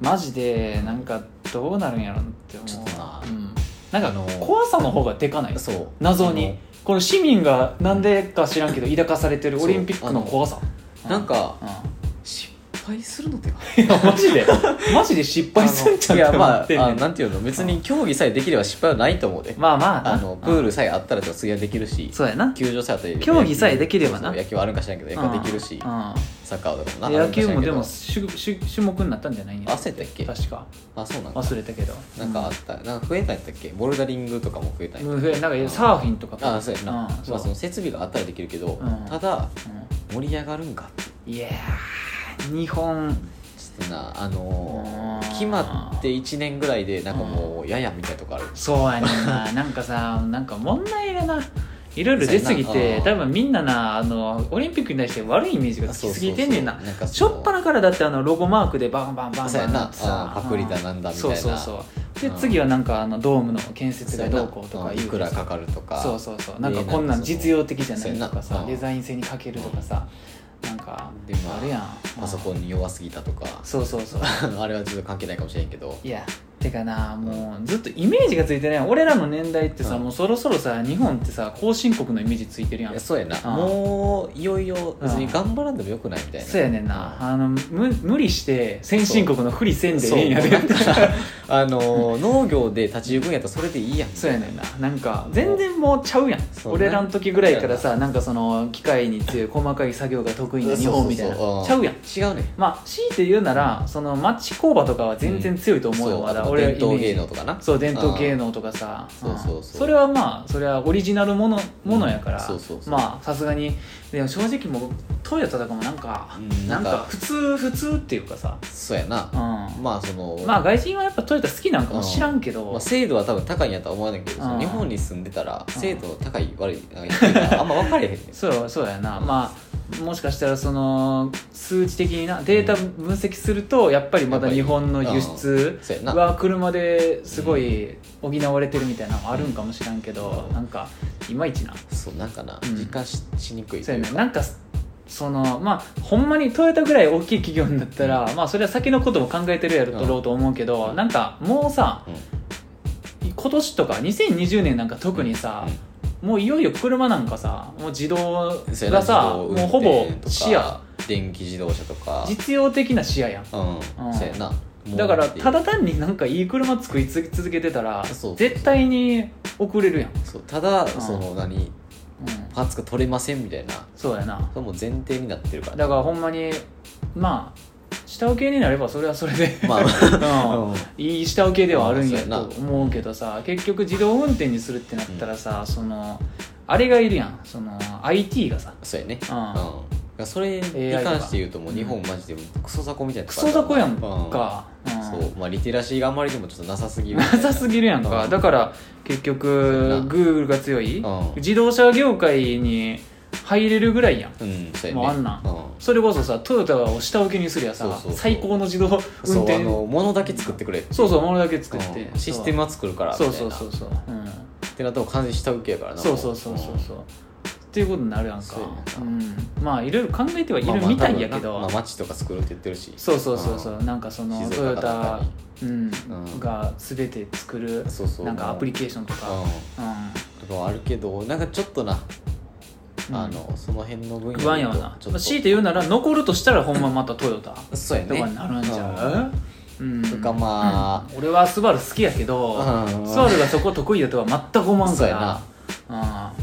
Speaker 1: マジでなんかどうなるんやろって思う
Speaker 2: ちょっとな
Speaker 1: うん、なんか
Speaker 2: あの
Speaker 1: 怖さの方がでかない
Speaker 2: そう
Speaker 1: 謎にこの市民がなんでか知らんけど抱かされてるオリンピックの怖さ
Speaker 2: あのなんか
Speaker 1: うん
Speaker 2: 失敗するのではい
Speaker 1: やマジ でマジで失敗するんちゃう
Speaker 2: いや
Speaker 1: って思
Speaker 2: まあ
Speaker 1: ってんねん
Speaker 2: あなんていうの別に競技さえできれば失敗はないと思うで
Speaker 1: まあまあな
Speaker 2: あのプールさえあったら水泳できるし
Speaker 1: そうやな
Speaker 2: 球場さえあったら
Speaker 1: 競技さえできればな
Speaker 2: そうそう野球はあるんかしらんけど野球はできるし
Speaker 1: うん
Speaker 2: サッカーとかもな
Speaker 1: 野球もで
Speaker 2: あるん
Speaker 1: も
Speaker 2: か知
Speaker 1: 種種種目になったんじゃないん
Speaker 2: らんけど焦ったっけ
Speaker 1: 確か
Speaker 2: あそうなんだ
Speaker 1: 忘れたけど
Speaker 2: なんかあったなんか増えたんやったっけボルダリングとかも増えたんや
Speaker 1: うんうんなんかサーフィンとか
Speaker 2: あそうやな、ま
Speaker 1: んそう
Speaker 2: あ、その設備があったらできるけど、
Speaker 1: うん
Speaker 2: ただ
Speaker 1: う
Speaker 2: 盛り上がるんかって
Speaker 1: んいやー日本
Speaker 2: ちょっとなあの
Speaker 1: うん
Speaker 2: ー、決まって1年ぐらいでなんかもうややみたいなとこある
Speaker 1: そうやねん ななんかさなんか問題がないろいろ出すぎ
Speaker 2: そうや
Speaker 1: て
Speaker 2: な
Speaker 1: 多分みんななあのオリンピックに対して悪いイメージがつきすぎてんねんな
Speaker 2: そうそうそうなんか
Speaker 1: しょっぱなからだってあのロゴマークでバンバンバン
Speaker 2: そう
Speaker 1: バ
Speaker 2: や
Speaker 1: ン
Speaker 2: な
Speaker 1: なってさ
Speaker 2: あーパクリだなんだみたいな
Speaker 1: そうそうそうで
Speaker 2: うん
Speaker 1: 次はなんかあのドームの建設
Speaker 2: そ
Speaker 1: が
Speaker 2: うやな
Speaker 1: どうこうとか
Speaker 2: ん
Speaker 1: 言
Speaker 2: いうく
Speaker 1: けど
Speaker 2: ら
Speaker 1: さ
Speaker 2: かかるとか
Speaker 1: そうそうそうなんかこんなん実用的じゃないとか
Speaker 2: そうや
Speaker 1: さ
Speaker 2: な
Speaker 1: デザイン性に欠けるとかさなんか
Speaker 2: でまあ
Speaker 1: あるやん
Speaker 2: パソコンに弱すぎたとか
Speaker 1: そうそう そう
Speaker 2: あれはちょっと関係ないかもしれんけど
Speaker 1: いやてかなもうずっとイメージがついてね俺らの年代ってさ、
Speaker 2: うん
Speaker 1: もうそろそろさ日本ってさ後進国のイメージついてるや
Speaker 2: い
Speaker 1: ん
Speaker 2: やそうやな
Speaker 1: うん
Speaker 2: もういよいよ別に
Speaker 1: うん
Speaker 2: 頑張らんでもよくないみたいな
Speaker 1: そうやねんな、あのむ無理して先進国のふりせんで
Speaker 2: そう
Speaker 1: ええんやで
Speaker 2: なんかあのー農業で立ち行くんやったらそれでいいやん
Speaker 1: そうやねんななんか全然もうちゃうやん
Speaker 2: そう
Speaker 1: 俺らの時ぐらいからさなんかその機械に強い細かい作業が得意な日本みたいな
Speaker 2: そうそうそううん
Speaker 1: ちゃうやん
Speaker 2: 違うねん
Speaker 1: まあ強いて言うならその町工場とかは全然強いと思うよ、
Speaker 2: そう
Speaker 1: ま
Speaker 2: あ
Speaker 1: だ
Speaker 2: と
Speaker 1: 俺は
Speaker 2: 伝統
Speaker 1: イメー
Speaker 2: 芸
Speaker 1: ジ
Speaker 2: 能とかな
Speaker 1: そう伝統芸能とかさ
Speaker 2: うん
Speaker 1: ん
Speaker 2: そうそうそう
Speaker 1: れはまあそれはオリジナルものものやから、
Speaker 2: うんそうそうそう
Speaker 1: まあさすがにでも正直もうトヨタとかもなんか、
Speaker 2: うん
Speaker 1: な
Speaker 2: なんんか
Speaker 1: か普通普通っていうかさ、
Speaker 2: そうやな
Speaker 1: うん、ま
Speaker 2: まあその
Speaker 1: あ外人はやっぱトヨタ好きなんかも知らんけど、
Speaker 2: まあ、精度は多分高いんやとは思わないけど、その
Speaker 1: うん
Speaker 2: 日本に住んでたら
Speaker 1: うん
Speaker 2: 精度の高い悪いなんか言ってる からあんま分かれへんねん
Speaker 1: そうそうやなまあもしかしたらその数値的になデータ分析するとやっぱりまだ日本の輸出
Speaker 2: そうやな
Speaker 1: は車ですごい補われてるみたいなのもあるんかもしらんけど、なんかいまいちな
Speaker 2: そうなんかな、
Speaker 1: うん
Speaker 2: 実感ししにくいと
Speaker 1: そう
Speaker 2: い
Speaker 1: や
Speaker 2: う
Speaker 1: ねな
Speaker 2: か
Speaker 1: んかそのまあほんまにトヨタぐらい大きい企業になったら、まあそれは先のことも考えてるやろうと思うけど、
Speaker 2: うん
Speaker 1: なんかもうさ
Speaker 2: うん
Speaker 1: 今年とか2020年なんか特にさ、もういよいよ車なんかさもう自動
Speaker 2: うんそうや
Speaker 1: が
Speaker 2: な
Speaker 1: さ
Speaker 2: 自動
Speaker 1: もう
Speaker 2: 運
Speaker 1: ほぼ
Speaker 2: 転とか
Speaker 1: 視野
Speaker 2: 電気自動車とか
Speaker 1: 実用的な視野やん
Speaker 2: うん、
Speaker 1: うん
Speaker 2: そうやなもう
Speaker 1: だから
Speaker 2: って
Speaker 1: ただ単になんかいい車作り続けてたら
Speaker 2: そうそう
Speaker 1: 絶対に遅れるやん、うん、
Speaker 2: そうただその何パーツが取れませんみたいな
Speaker 1: そうやな
Speaker 2: それもう前提になってるから
Speaker 1: だからほんまにまあ下請けになればそれはそれで、
Speaker 2: まあ
Speaker 1: うん いい下請けではあるんや
Speaker 2: まあ
Speaker 1: と
Speaker 2: そうやな
Speaker 1: 思うけどさ結局自動運転にするってなったらさ、そのあれがいるやんその IT がさ
Speaker 2: そうやね
Speaker 1: うん
Speaker 2: うんそれに
Speaker 1: AI とか
Speaker 2: 関して言うともう日本マジでクソ雑魚みたいな
Speaker 1: ク
Speaker 2: とこ
Speaker 1: ソ
Speaker 2: あるか
Speaker 1: 雑
Speaker 2: ら
Speaker 1: 魚やんか、うん
Speaker 2: そうまあリテラシーがあんまりにもちょっとなさすぎる
Speaker 1: なさすぎるやん
Speaker 2: う
Speaker 1: か
Speaker 2: ん
Speaker 1: だから結
Speaker 2: そうや
Speaker 1: 局
Speaker 2: な
Speaker 1: Google が強い
Speaker 2: うん
Speaker 1: 自動車業界に入れるぐらいやん
Speaker 2: うんそうやね
Speaker 1: もうあんなん
Speaker 2: う
Speaker 1: それこそさトヨタを下請けにすりゃさ
Speaker 2: そうそうそう
Speaker 1: 最高の自動
Speaker 2: んそ
Speaker 1: 運
Speaker 2: うあ
Speaker 1: 転
Speaker 2: の物だけ作ってくれ
Speaker 1: そうそう
Speaker 2: う
Speaker 1: ものだけ
Speaker 2: 作
Speaker 1: 作っ
Speaker 2: って
Speaker 1: て
Speaker 2: システムは作るからみたい
Speaker 1: そ
Speaker 2: な
Speaker 1: うそうそうそうそう、うん、
Speaker 2: ってなったら完全に下請けやからな
Speaker 1: そうそうそうそうそうっていうことになるやんか
Speaker 2: そうや
Speaker 1: う
Speaker 2: ね
Speaker 1: んまあいろいろ考えては
Speaker 2: う
Speaker 1: い
Speaker 2: んまあ
Speaker 1: る
Speaker 2: まあ
Speaker 1: みたいやけ
Speaker 2: 多分なま
Speaker 1: ど
Speaker 2: あ町とか作るって言ってるし
Speaker 1: そうそうそうそうなんかその
Speaker 2: 静
Speaker 1: トヨ
Speaker 2: 岡だった
Speaker 1: タ
Speaker 2: り
Speaker 1: うん
Speaker 2: うん
Speaker 1: が全て作る
Speaker 2: そうそう
Speaker 1: なんかアプリケーションとか
Speaker 2: う
Speaker 1: うん
Speaker 2: んとかはあるけどなんかちょっとな
Speaker 1: うん
Speaker 2: あのその辺の分野
Speaker 1: 不安やわ
Speaker 2: と
Speaker 1: な
Speaker 2: ちょっと
Speaker 1: 強いて言うなら残るとしたらほんままたトヨタ
Speaker 2: そうやね
Speaker 1: とかになるんじゃう、うん、
Speaker 2: とかまあ
Speaker 1: うん俺はスバル好きやけど、
Speaker 2: うん
Speaker 1: スバルがそこ得意だとは全く思わん
Speaker 2: そ
Speaker 1: か
Speaker 2: うやな
Speaker 1: ら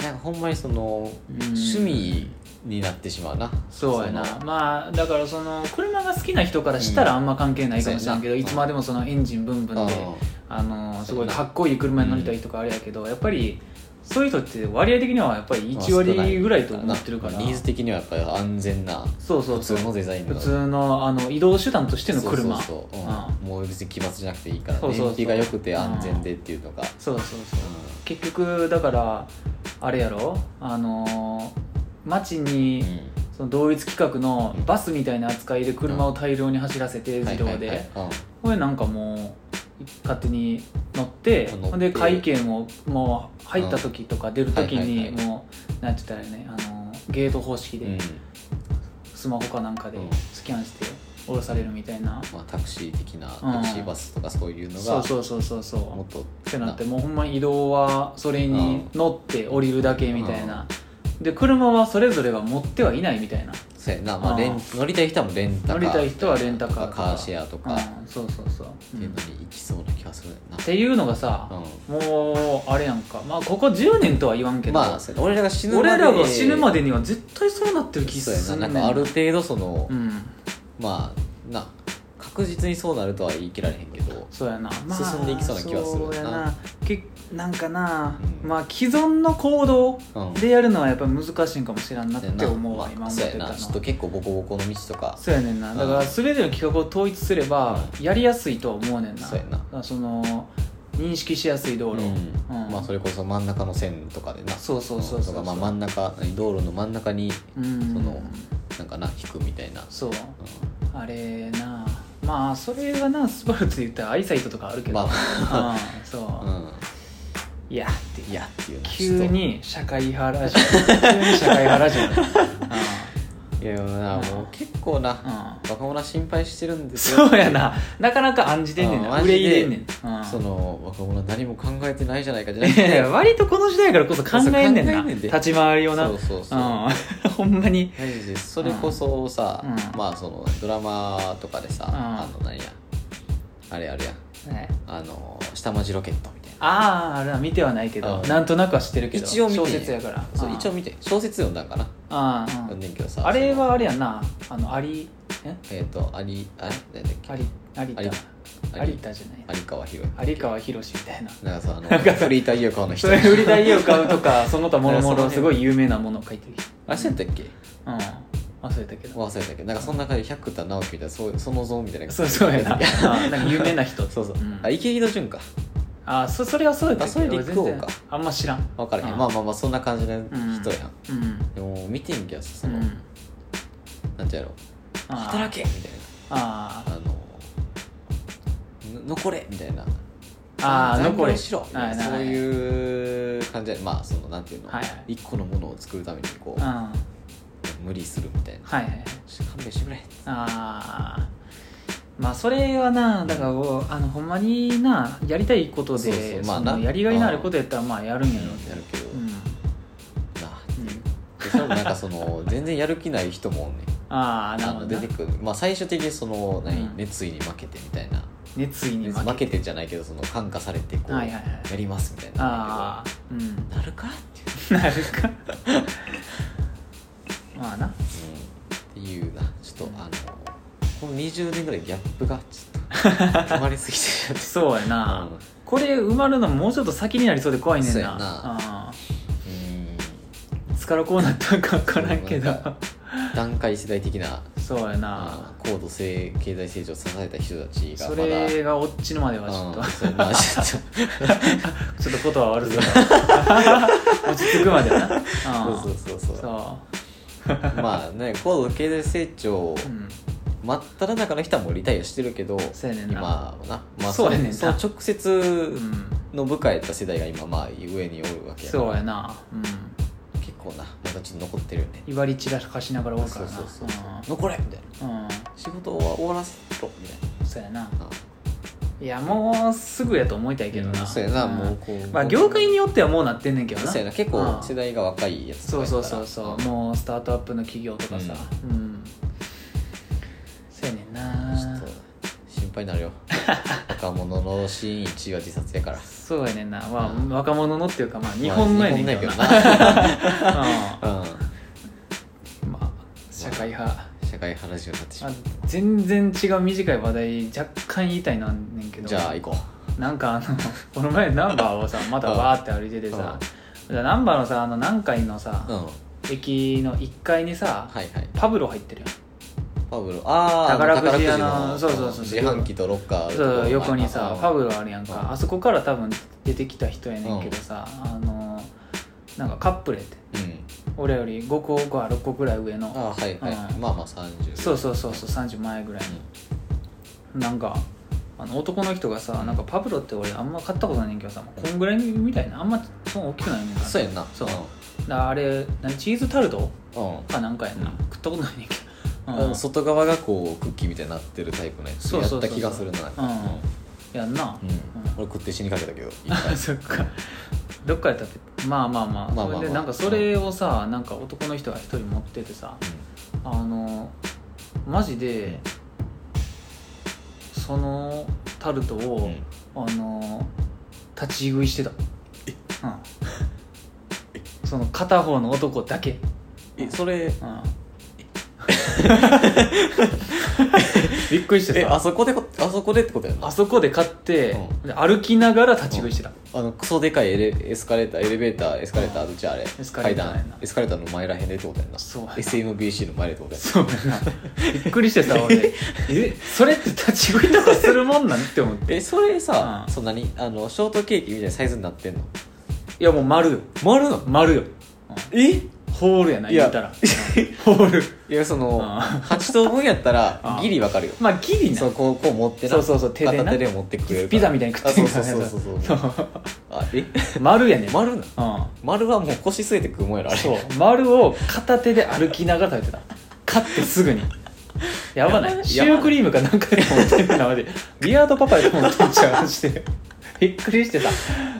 Speaker 1: うん
Speaker 2: なんかほんまにその
Speaker 1: うん
Speaker 2: 趣味になってしまうな
Speaker 1: そうやな
Speaker 2: その
Speaker 1: まあだからその車が好きな人からしたらあんま関係ないかもしれんけど、
Speaker 2: うん
Speaker 1: いつまでもそのエンジンブンブンで、
Speaker 2: うん
Speaker 1: あのす
Speaker 2: そう
Speaker 1: ご
Speaker 2: や
Speaker 1: い
Speaker 2: な
Speaker 1: かっこいい車に乗りたいとかあれやけど、やっぱりそういう人って割合的にはやっぱり
Speaker 2: まあ
Speaker 1: 1割ぐらいと思ってるから、
Speaker 2: 少ないなニーズ的にはやっぱり安全な
Speaker 1: そうそ
Speaker 2: 普
Speaker 1: うそう
Speaker 2: 通のデザイン
Speaker 1: 普
Speaker 2: の
Speaker 1: 通のあの移動手段としての車
Speaker 2: そうそうそう、
Speaker 1: うん
Speaker 2: うんもう別に奇抜じゃなくていいから
Speaker 1: そうそうそう
Speaker 2: 燃費が良くて安全でっていうのが、
Speaker 1: そうそうそう結局だからあれやろあのー街
Speaker 2: う
Speaker 1: に
Speaker 2: ん
Speaker 1: その同一規格のバスみたいな扱いで車を大量に走らせて
Speaker 2: うん
Speaker 1: 自動
Speaker 2: はいはい
Speaker 1: で
Speaker 2: はい
Speaker 1: これなんかもう勝手に乗って
Speaker 2: 乗って
Speaker 1: ほんで会計ももう入った時とか出る時に
Speaker 2: うんはいはいはい
Speaker 1: もうなんて言ったらいいねあのーゲート方式
Speaker 2: うんうん
Speaker 1: でスマホかなんかで
Speaker 2: うん
Speaker 1: スキャンして降ろされるみたいな
Speaker 2: まあ、タクシー的な
Speaker 1: うん
Speaker 2: タクシーバスとかそういうの
Speaker 1: そ
Speaker 2: が
Speaker 1: うそうそうそうそう
Speaker 2: もっと
Speaker 1: ってなってもうほんまに移動はそれに乗って降りるだけみたいなで車はそれぞれが持ってはいないみたいな
Speaker 2: そうやな、ま
Speaker 1: あ
Speaker 2: あ、
Speaker 1: ー
Speaker 2: レン乗りたい人はもうレンタカー
Speaker 1: 乗りたい人はレンタカーとか
Speaker 2: カーシェアとか、っ
Speaker 1: うんそうそうそう、
Speaker 2: てい
Speaker 1: っ
Speaker 2: うのに行きそうな気がするよな、
Speaker 1: ていうのがさ、もうあれやんかまあここ10年とは言わん
Speaker 2: う
Speaker 1: け
Speaker 2: ん、
Speaker 1: ど、
Speaker 2: まあそうやな俺らが死ぬまで
Speaker 1: 俺らが死ぬま
Speaker 2: で
Speaker 1: でには絶対そうなってる気
Speaker 2: そう
Speaker 1: す
Speaker 2: や
Speaker 1: ん
Speaker 2: な
Speaker 1: ね
Speaker 2: なんんかある程度その、
Speaker 1: うん
Speaker 2: まあな確実にそうなるとは言い切られへんけど
Speaker 1: そうやな、
Speaker 2: 進んでいきそうな気はするな
Speaker 1: そうやなけなんかな、
Speaker 2: うん
Speaker 1: まあ既存の行動
Speaker 2: うん
Speaker 1: でやるのはやっぱり難しいんかもしれんなっ
Speaker 2: そうや
Speaker 1: て思うわ、
Speaker 2: まあ
Speaker 1: 今思っ
Speaker 2: そうや
Speaker 1: てたの
Speaker 2: なちょっと結構ボコボコの道とか
Speaker 1: そうやねんな
Speaker 2: うん
Speaker 1: だから全ての企画を統一すればやりやすいとは思うねんな
Speaker 2: そうやな
Speaker 1: だからその認識しやすい道
Speaker 2: うん
Speaker 1: 路、うん
Speaker 2: まあそれこそ真ん中の線とかでな
Speaker 1: そうそうそうそう
Speaker 2: とかまあ真ん中道路の真ん中に
Speaker 1: うん
Speaker 2: そのなんかな引くみたいな、
Speaker 1: そう
Speaker 2: う
Speaker 1: あれなまあそれはなスパルツで言ったらアイサイトとかあるけ
Speaker 2: ん、
Speaker 1: ど、
Speaker 2: まあ
Speaker 1: うんそう、
Speaker 2: うん
Speaker 1: いやって
Speaker 2: いやっていうな
Speaker 1: 急に社会派ラジオ急に社会派ラ ジオ
Speaker 2: ちょっといやでもなもう結構な、
Speaker 1: うんうん
Speaker 2: 若者心配してるんですよ
Speaker 1: そうやななかなか暗示でんねん
Speaker 2: うん
Speaker 1: な
Speaker 2: マジ
Speaker 1: 憂
Speaker 2: で
Speaker 1: いでんねんうん
Speaker 2: その若者何も考えてないじゃないかじゃないくて
Speaker 1: やいや割とこの時代からこそ考えんねん
Speaker 2: そう
Speaker 1: な
Speaker 2: 考えんねんで
Speaker 1: 立ち回りをな
Speaker 2: そうそうそう、
Speaker 1: うん ほんまに
Speaker 2: マジでそれこそさ、
Speaker 1: うん
Speaker 2: まあそのドラマとかでさ、
Speaker 1: うん
Speaker 2: あの何やあれあれや
Speaker 1: ね
Speaker 2: あの下文字ロケットみたいな
Speaker 1: あああれは見てはないけど
Speaker 2: うん
Speaker 1: なんとなくは知ってるけど
Speaker 2: 一応見て
Speaker 1: 小説やから
Speaker 2: そう
Speaker 1: うん
Speaker 2: 一応見て小説読んだんかな、
Speaker 1: ああう
Speaker 2: 読ん
Speaker 1: ん
Speaker 2: でんけどさ
Speaker 1: あれ
Speaker 2: その
Speaker 1: はあれやんなあのアリえ
Speaker 2: えっ、とありあれなんだっけ
Speaker 1: アリアリ
Speaker 2: アリ
Speaker 1: タアリタじゃない
Speaker 2: 有川博
Speaker 1: 有川博みたいな
Speaker 2: なんかさあの
Speaker 1: なんか
Speaker 2: フリータイヤ買うの人
Speaker 1: それ売り代を買うと かその他もろもろすごい有名なものを書いてる
Speaker 2: あれそうやったっけ
Speaker 1: うん忘れたけど
Speaker 2: 忘れたけどなんかそんな感じで百田直樹みたいなそうその像みたいな
Speaker 1: そうそうやなあなんか有名な人
Speaker 2: そうそうんあ池井戸潤か
Speaker 1: あそそれはそうやったっけ
Speaker 2: あそれ陸王か
Speaker 1: 俺全然あんま知らん
Speaker 2: 分からへん
Speaker 1: うん
Speaker 2: まあまあまあそんな感じの人
Speaker 1: うん
Speaker 2: やん、
Speaker 1: うん
Speaker 2: でも見てんけどさ
Speaker 1: う
Speaker 2: その、
Speaker 1: ん
Speaker 2: なんてやろう
Speaker 1: あー
Speaker 2: 働けみたい
Speaker 1: あ
Speaker 2: なあのの残れみたいな
Speaker 1: ーあー
Speaker 2: 残
Speaker 1: 残
Speaker 2: 業
Speaker 1: れ
Speaker 2: しろみた
Speaker 1: は
Speaker 2: いな
Speaker 1: い
Speaker 2: そ
Speaker 1: は
Speaker 2: う
Speaker 1: い
Speaker 2: いう感じでまあそのなんていうの、
Speaker 1: はいはい
Speaker 2: 一個のものを作るためにこ
Speaker 1: うん
Speaker 2: う
Speaker 1: はい
Speaker 2: 無理するみたいな
Speaker 1: はいはい
Speaker 2: 勘弁してくれ
Speaker 1: ああまあそれはなだからおあのほんまになやりたいことで
Speaker 2: そうそうまあ
Speaker 1: そ
Speaker 2: な
Speaker 1: のやりがいのあることやったらまあやるんやろうけ
Speaker 2: やるけど、
Speaker 1: どうん
Speaker 2: なあっていうでそれもなんかその全然やる気ない人もおんね
Speaker 1: ああな
Speaker 2: あ
Speaker 1: るほ
Speaker 2: の
Speaker 1: ど
Speaker 2: 出
Speaker 1: な
Speaker 2: てくる、まあ、最終的にその、何
Speaker 1: うん
Speaker 2: 熱意に負けてみたいな
Speaker 1: 熱意に負け
Speaker 2: 負けてじゃないけどその感化されてこう、
Speaker 1: はいはいはい
Speaker 2: やりますみたいな
Speaker 1: ああうん
Speaker 2: なるかっていう
Speaker 1: なるか まあな
Speaker 2: うんっていうなちょっとあのこの20年ぐらいギャップがちょっと溜まりすぎてる
Speaker 1: そうやな、これ埋まるのもうちょっと先になりそうで怖いねん
Speaker 2: そう
Speaker 1: な
Speaker 2: やな
Speaker 1: ああ
Speaker 2: うん
Speaker 1: いつからこうなったんか分からんけど
Speaker 2: そうなん段階世代的な
Speaker 1: そうや
Speaker 2: あ
Speaker 1: な
Speaker 2: の高度成経済成長を支えた人たちが
Speaker 1: そ
Speaker 2: まだ
Speaker 1: れがオッチのまではちょっと、
Speaker 2: うんそうまあちょっと
Speaker 1: ちょっとことは悪そう だ落ち着くまでな、うん、
Speaker 2: そうそうそうそう
Speaker 1: そ
Speaker 2: まあね高度経済成
Speaker 1: う、
Speaker 2: 長
Speaker 1: うん、
Speaker 2: 真っ只中の人はもうリタイアしてるけど
Speaker 1: そうやねんな
Speaker 2: 今はな、まあ、
Speaker 1: そうやねんな
Speaker 2: その直
Speaker 1: う
Speaker 2: 接
Speaker 1: ん、
Speaker 2: の部下やった世代が今まあ上におるわけやから
Speaker 1: そうやなうん
Speaker 2: 結構なまだちょっと残ってるよね
Speaker 1: 威張り散らかしながらおるからな
Speaker 2: そうそうそう残れみたいな
Speaker 1: うんうん
Speaker 2: 仕事は終わらせろみたい
Speaker 1: そうやな
Speaker 2: ない
Speaker 1: やもうすぐやと思いたいけどな、
Speaker 2: そうやな、
Speaker 1: ん
Speaker 2: もうこう
Speaker 1: まあ業界によってはもうなってんねんけどな
Speaker 2: そうやな結
Speaker 1: う
Speaker 2: 構
Speaker 1: ん
Speaker 2: 世代が若いやつと
Speaker 1: そう
Speaker 2: かやった
Speaker 1: そう
Speaker 2: ら
Speaker 1: そうそうもうスタートアップの企業とかさうん、そうやねんな
Speaker 2: ちょっと心配 になるよ若者のシーン1位は自殺やから
Speaker 1: そうやねんな、まあ
Speaker 2: うん
Speaker 1: 若者のっていうかまあ日本のやねんけどな,、
Speaker 2: まあ日本
Speaker 1: う
Speaker 2: のやけど な
Speaker 1: んまあ社会派、
Speaker 2: うん社会派ラジオになってしま
Speaker 1: あ
Speaker 2: う、
Speaker 1: 全然違う短い話題若干言いたいなんねんけど
Speaker 2: じゃあ行こ
Speaker 1: なんかあの この前ナンバー をさまだわーって歩いててさ、ナンバーのさあの何階のさ
Speaker 2: う、うんは
Speaker 1: 駅の1階にさ、
Speaker 2: いはい
Speaker 1: パブロ入ってるやん
Speaker 2: パブロああ
Speaker 1: 宝くじ屋のそうそうそう
Speaker 2: 自販機とロッカー
Speaker 1: そう横にさパブ
Speaker 2: ブ
Speaker 1: ロあるやん
Speaker 2: うん
Speaker 1: かあそこから多分出てきた人やねんけどさあのなんかカップルやって
Speaker 2: うん
Speaker 1: 俺より5個5個6個ぐらい上
Speaker 2: あ
Speaker 1: の
Speaker 2: あはいはい、
Speaker 1: うん
Speaker 2: まあまあ30
Speaker 1: そうそうそうそう30前ぐらいになんかあの男の人がさなんかパブロって俺あんま買ったことないねんけどさこんぐらいみたいなあんまそんな大きくないねんから
Speaker 2: そうやんな
Speaker 1: そうだからあれ何チーズタルト
Speaker 2: うん、うん
Speaker 1: かなんかやんな
Speaker 2: うん
Speaker 1: 食ったことないねんけど
Speaker 2: あ
Speaker 1: うん
Speaker 2: の外側がこうクッキーみたいになってるタイプのやつ
Speaker 1: そう
Speaker 2: や
Speaker 1: そうそうそ
Speaker 2: っ
Speaker 1: う
Speaker 2: た気がするな
Speaker 1: うんやんな
Speaker 2: うん俺食って死にかけたけどいっぱい
Speaker 1: あそっかどっかやったっけまあまあまあ
Speaker 2: まあまあまあ
Speaker 1: それでなんかそれをさなんか男の人が一人持っててさあのマジでそのタルト
Speaker 2: うん
Speaker 1: を、あの立ち食いしてたうん、その片方の男だけ、
Speaker 2: えそれ
Speaker 1: うん、 びっくりして
Speaker 2: え
Speaker 1: さ
Speaker 2: あそこでこあそこでってことやな
Speaker 1: あそこで買って、
Speaker 2: う
Speaker 1: で歩きながら立ち食いしてた、
Speaker 2: あのクソでかいエレエスカレーターエレベーターエスカレーターどっちあれ
Speaker 1: エスカレーターやな
Speaker 2: 階段エスカレーターの前らへんでってことやんな
Speaker 1: そうやな
Speaker 2: SMBC の前でってことやんな
Speaker 1: そうやなびっくりしてさ俺えそれって立ち食いとかするもんなんって思って
Speaker 2: えそれさ、
Speaker 1: うん
Speaker 2: そんなにあのショートケーキみたいなサイズになってんの
Speaker 1: いやもう丸よ
Speaker 2: 丸なの
Speaker 1: 丸よ、
Speaker 2: えい
Speaker 1: うんホールやない
Speaker 2: いや
Speaker 1: 言ったら、うんホール
Speaker 2: やその
Speaker 1: あ
Speaker 2: 8等分やったら
Speaker 1: あ
Speaker 2: ギリわかるよ
Speaker 1: まあギリな
Speaker 2: そうこうこう持ってな
Speaker 1: そうそうそう手でな
Speaker 2: 片手で持ってくれる
Speaker 1: ピザみたいに食って
Speaker 2: る
Speaker 1: るか
Speaker 2: そう
Speaker 1: らね
Speaker 2: そうそうそうそうあえ
Speaker 1: 丸やねん
Speaker 2: 丸なの
Speaker 1: うん
Speaker 2: 丸はもう腰据えて食うもんやろあれ
Speaker 1: そう丸を片手で歩きながら食べてた買ってすぐにやばないシュークリームかなんかで持ってるなまでビアードパパで持ってんちゃうしてびっくりしてた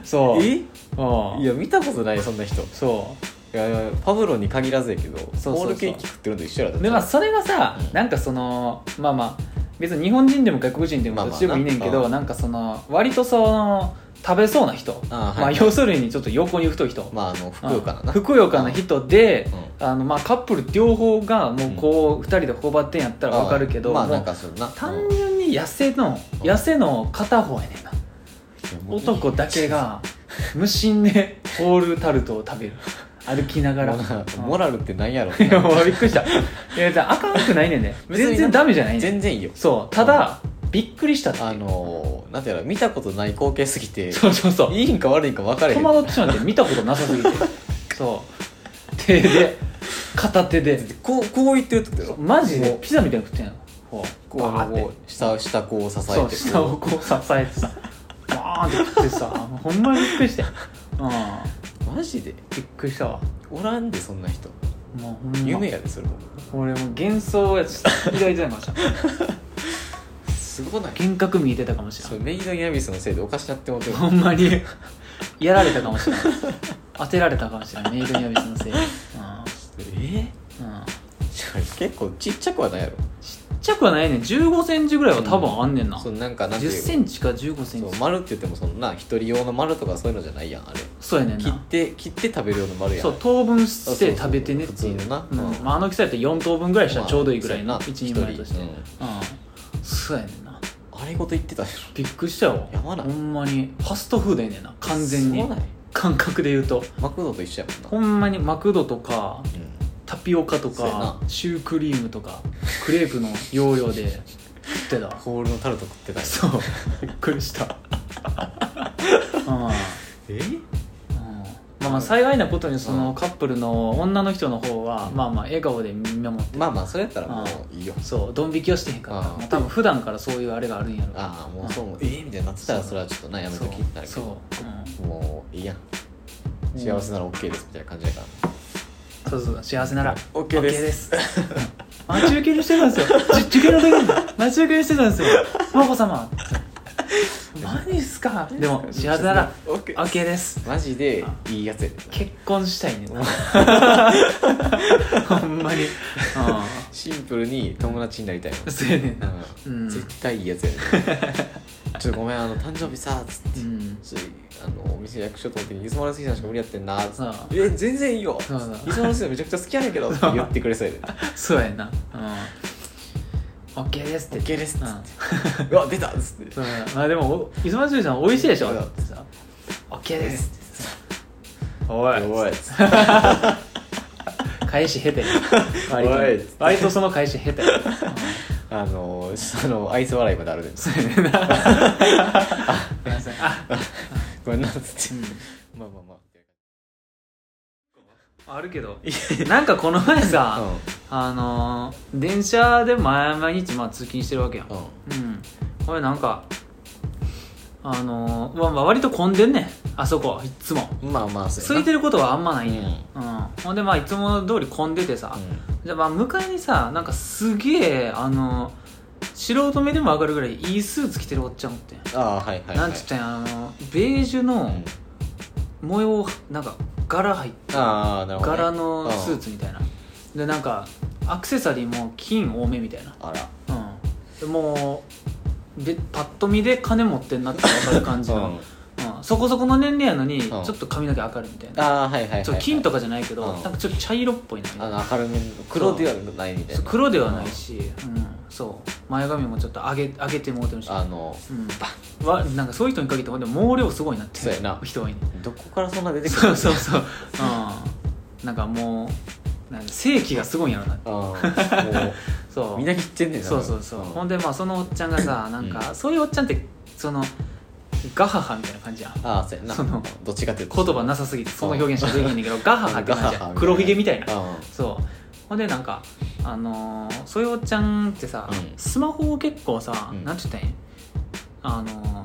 Speaker 1: そう
Speaker 2: え
Speaker 1: うん
Speaker 2: いや見たことないそんな人い
Speaker 1: そ
Speaker 2: やいやパブロに限らずやけど
Speaker 1: そうそう
Speaker 2: ホールケーキ食ってるのと一緒やろ
Speaker 1: うでまあ
Speaker 2: だって
Speaker 1: それがさ
Speaker 2: うん
Speaker 1: なんかそのまあまあ別に日本人でも外国人で
Speaker 2: まあ
Speaker 1: も
Speaker 2: まあ
Speaker 1: どっちでもいいねんけど、
Speaker 2: な
Speaker 1: なんかその割とその食べそうな人
Speaker 2: あはい
Speaker 1: まあ、要するにちょっと横に太い人、
Speaker 2: まああの福岡のな
Speaker 1: ふくよかな人で、
Speaker 2: う
Speaker 1: あのまあ、カップル両方がもうこう2人で頬張ってんやったら分かるけど、
Speaker 2: まあ
Speaker 1: もう
Speaker 2: なんかそんな
Speaker 1: 単純に痩せの
Speaker 2: うん
Speaker 1: 痩せの片方やねんな男だけが無心でホールタルトを食 べる歩きなが
Speaker 2: かららモラルってなんやろ
Speaker 1: いやもうびっくりしたいやじゃああかんくないねんね
Speaker 2: 別にな
Speaker 1: 全然ダメじゃないねん
Speaker 2: 全然いいよ
Speaker 1: そうただびっくりしたっていう
Speaker 2: あのーなんていうの見たことない光景すぎて
Speaker 1: そうそうそう
Speaker 2: いいんか悪いんか分かれへ
Speaker 1: 戸
Speaker 2: ん
Speaker 1: 惑ってしまって見たことなさ すぎてそう手で片手で
Speaker 2: こうこう言ってるってことやろ
Speaker 1: マジで
Speaker 2: こう
Speaker 1: ピザみたいに食ってんのこう
Speaker 2: こうあ
Speaker 1: バー
Speaker 2: の
Speaker 1: って
Speaker 2: こう下下こう支
Speaker 1: そう
Speaker 2: えて
Speaker 1: 下を
Speaker 2: こ
Speaker 1: こう支えてさバーンって食って さもうほんまにびっくりしてうん
Speaker 2: うマジで
Speaker 1: びっくりしたわ
Speaker 2: おらんでそんな人
Speaker 1: もうほんま
Speaker 2: 夢やでそれも
Speaker 1: 俺もう幻想やつ抱いてたかもしれない
Speaker 2: すごない
Speaker 1: 幻覚見えてたかもし
Speaker 2: そ
Speaker 1: れ
Speaker 2: れ
Speaker 1: ない
Speaker 2: メイドインアビスのせいでおかしなってもうてる
Speaker 1: ほんまにやられたかもしれない当てられたかもしれないメイドインアビスのせいで
Speaker 2: え
Speaker 1: うんうん
Speaker 2: 結構ちっちゃくはないやろ
Speaker 1: ちっちゃくはないねん1 5ンチぐらいは多分あんねんな、
Speaker 2: そうなんかなんて
Speaker 1: 1
Speaker 2: いう
Speaker 1: 0ンチか1 5ン
Speaker 2: そう
Speaker 1: チ
Speaker 2: 丸って言ってもそんな一人用の丸とかそういうのじゃないやんあれ
Speaker 1: そうやねん
Speaker 2: 切っ
Speaker 1: な
Speaker 2: て切って食べる用の丸やん
Speaker 1: そう当分して食べてねってい
Speaker 2: そう
Speaker 1: う
Speaker 2: そうそう普通
Speaker 1: う
Speaker 2: のなん
Speaker 1: まあ、あの季節やったら4等分ぐらいしたらちょうどいいぐらいの
Speaker 2: まあそうやな
Speaker 1: 1人前として
Speaker 2: 一
Speaker 1: う
Speaker 2: 人
Speaker 1: んそうやねんな
Speaker 2: あれごと言ってたやろ
Speaker 1: びっくりしたよ
Speaker 2: やばない
Speaker 1: ほんまにファストフードやねんな完全に
Speaker 2: そうなんや
Speaker 1: 感覚で言うと
Speaker 2: マクドと一緒やもんな
Speaker 1: ほんまにマクドとか
Speaker 2: う
Speaker 1: タピオカと
Speaker 2: そうやな
Speaker 1: かシュークリームとかクレープの容量で食ってた
Speaker 2: んホールのタルト食ってたや
Speaker 1: そうびっくりした うん
Speaker 2: え
Speaker 1: まあまあ幸いなことにそうの
Speaker 2: ん
Speaker 1: カップルの女の人の方はまあまあ笑顔で見守って
Speaker 2: まあまあそれやったらもういいよ
Speaker 1: そうドン引きをしてへんから
Speaker 2: うん
Speaker 1: まあ多分普段からそういうあれがあるんやろ
Speaker 2: ああもうそうもええみたいになってたらそれはちょっとなやめと
Speaker 1: そう
Speaker 2: きになるけ
Speaker 1: そう
Speaker 2: ど、
Speaker 1: うん
Speaker 2: もういいやん
Speaker 1: うん
Speaker 2: 幸せなら OK ですみたいな感じやから
Speaker 1: そうそう幸せなら
Speaker 2: OK で す
Speaker 1: す待ち受けにしてたんですよち受験の時に待ち受けにしてたんですよ眞子様何すかで も幸せなら
Speaker 2: OK
Speaker 1: OK です
Speaker 2: マジでいいやつやで
Speaker 1: 結婚した いねんなほんまにう
Speaker 2: シンプルに友達になりたいも
Speaker 1: んそうやねんな
Speaker 2: うん
Speaker 1: うん
Speaker 2: 絶対いい やつやでちょっとごめんあの誕生日さっつって、
Speaker 1: うん
Speaker 2: ちょっとあのお店役所と思ってゆずまるすぎさんしか無理やってんなっつ
Speaker 1: そう
Speaker 2: ってえ全然いいよ
Speaker 1: そうそう
Speaker 2: ゆずまるすぎさんめちゃくちゃ好きやねんけどって言ってくれそうやで
Speaker 1: そうやなうん OK ですって
Speaker 2: OK ですっつ
Speaker 1: う
Speaker 2: っ
Speaker 1: ん
Speaker 2: てうわ出たっつって
Speaker 1: そうやなまあでもお磯松さん美味しいでしょ
Speaker 2: うん
Speaker 1: ってさ OK ですってさおい
Speaker 2: おいっつって
Speaker 1: 返し下手や割と
Speaker 2: おい
Speaker 1: ね割とその返し 下手や
Speaker 2: あのその愛想笑いまであるでん
Speaker 1: ごめんなさいあ
Speaker 2: ごめんなっつって、
Speaker 1: うん
Speaker 2: まあまあまあ
Speaker 1: あるけどなんかこの前さ、
Speaker 2: うん
Speaker 1: あのー電車で毎毎日まあ通勤してるわけやん、う
Speaker 2: うん
Speaker 1: ん、これなんかあのー、まあまあ割と混んでんねんあそこいっつも
Speaker 2: まあまあそ
Speaker 1: 空
Speaker 2: う
Speaker 1: い
Speaker 2: や
Speaker 1: て
Speaker 2: な
Speaker 1: ることはあんまないねん、うんほんでまあいつも通り混んでてさ、じゃあまあ向かいにさなんかすげえあの素人目でも分かるぐらいいいスーツ着てるおっちゃんおってん、
Speaker 2: うんああはいはいはい
Speaker 1: なんちゅったんやあのベージュの
Speaker 2: うん
Speaker 1: 模様をなんか柄入っ
Speaker 2: ああなるほど、ね、
Speaker 1: 柄のスーツみたいなでなんかアクセサリーも金多めみたいな
Speaker 2: あら
Speaker 1: うんもうでパッと見で金持ってんなって分かる感じ
Speaker 2: う
Speaker 1: の、
Speaker 2: ん
Speaker 1: うんそこそこの年齢やのにち
Speaker 2: う
Speaker 1: ょ
Speaker 2: ん
Speaker 1: っと髪の毛明るいみたいな、
Speaker 2: ああはいはいはい、はい、
Speaker 1: ちょっと金とかじゃないけど、
Speaker 2: うん
Speaker 1: なんかちょっと茶色っぽいなみた
Speaker 2: あ
Speaker 1: いな
Speaker 2: の明るめの黒ではないみたい
Speaker 1: そ
Speaker 2: な
Speaker 1: う黒ではないし、うん、そう前髪もちょっと上げ上げてもうてるし
Speaker 2: あの
Speaker 1: うん、わなんかそういう人に限ってほんで毛量すごいなって
Speaker 2: そうやな
Speaker 1: 人 多いね
Speaker 2: どこからそんな出てくる
Speaker 1: そうそうそう、うん、なんかもうなんか正気がすごいんやろな
Speaker 2: あーも
Speaker 1: そうう
Speaker 2: みんな切ってんねんな
Speaker 1: そうそうそう、
Speaker 2: ん
Speaker 1: ほんでまあそのおっちゃんがさなんか、そういうおっちゃんってそのガハハみたいな感じやん
Speaker 2: ああそうやな
Speaker 1: その
Speaker 2: どっちかっていうと
Speaker 1: 言葉なさすぎてその表現しかできへんねんけどガハハって 感じ
Speaker 2: ガハ
Speaker 1: や
Speaker 2: ハ
Speaker 1: ん黒ひげみたいな
Speaker 2: あ
Speaker 1: そうほんでなんかあのーそういうおっちゃんってさ、
Speaker 2: うん
Speaker 1: スマホを結構さ、
Speaker 2: うん
Speaker 1: なんて言ったらいいんあのーなんて言っ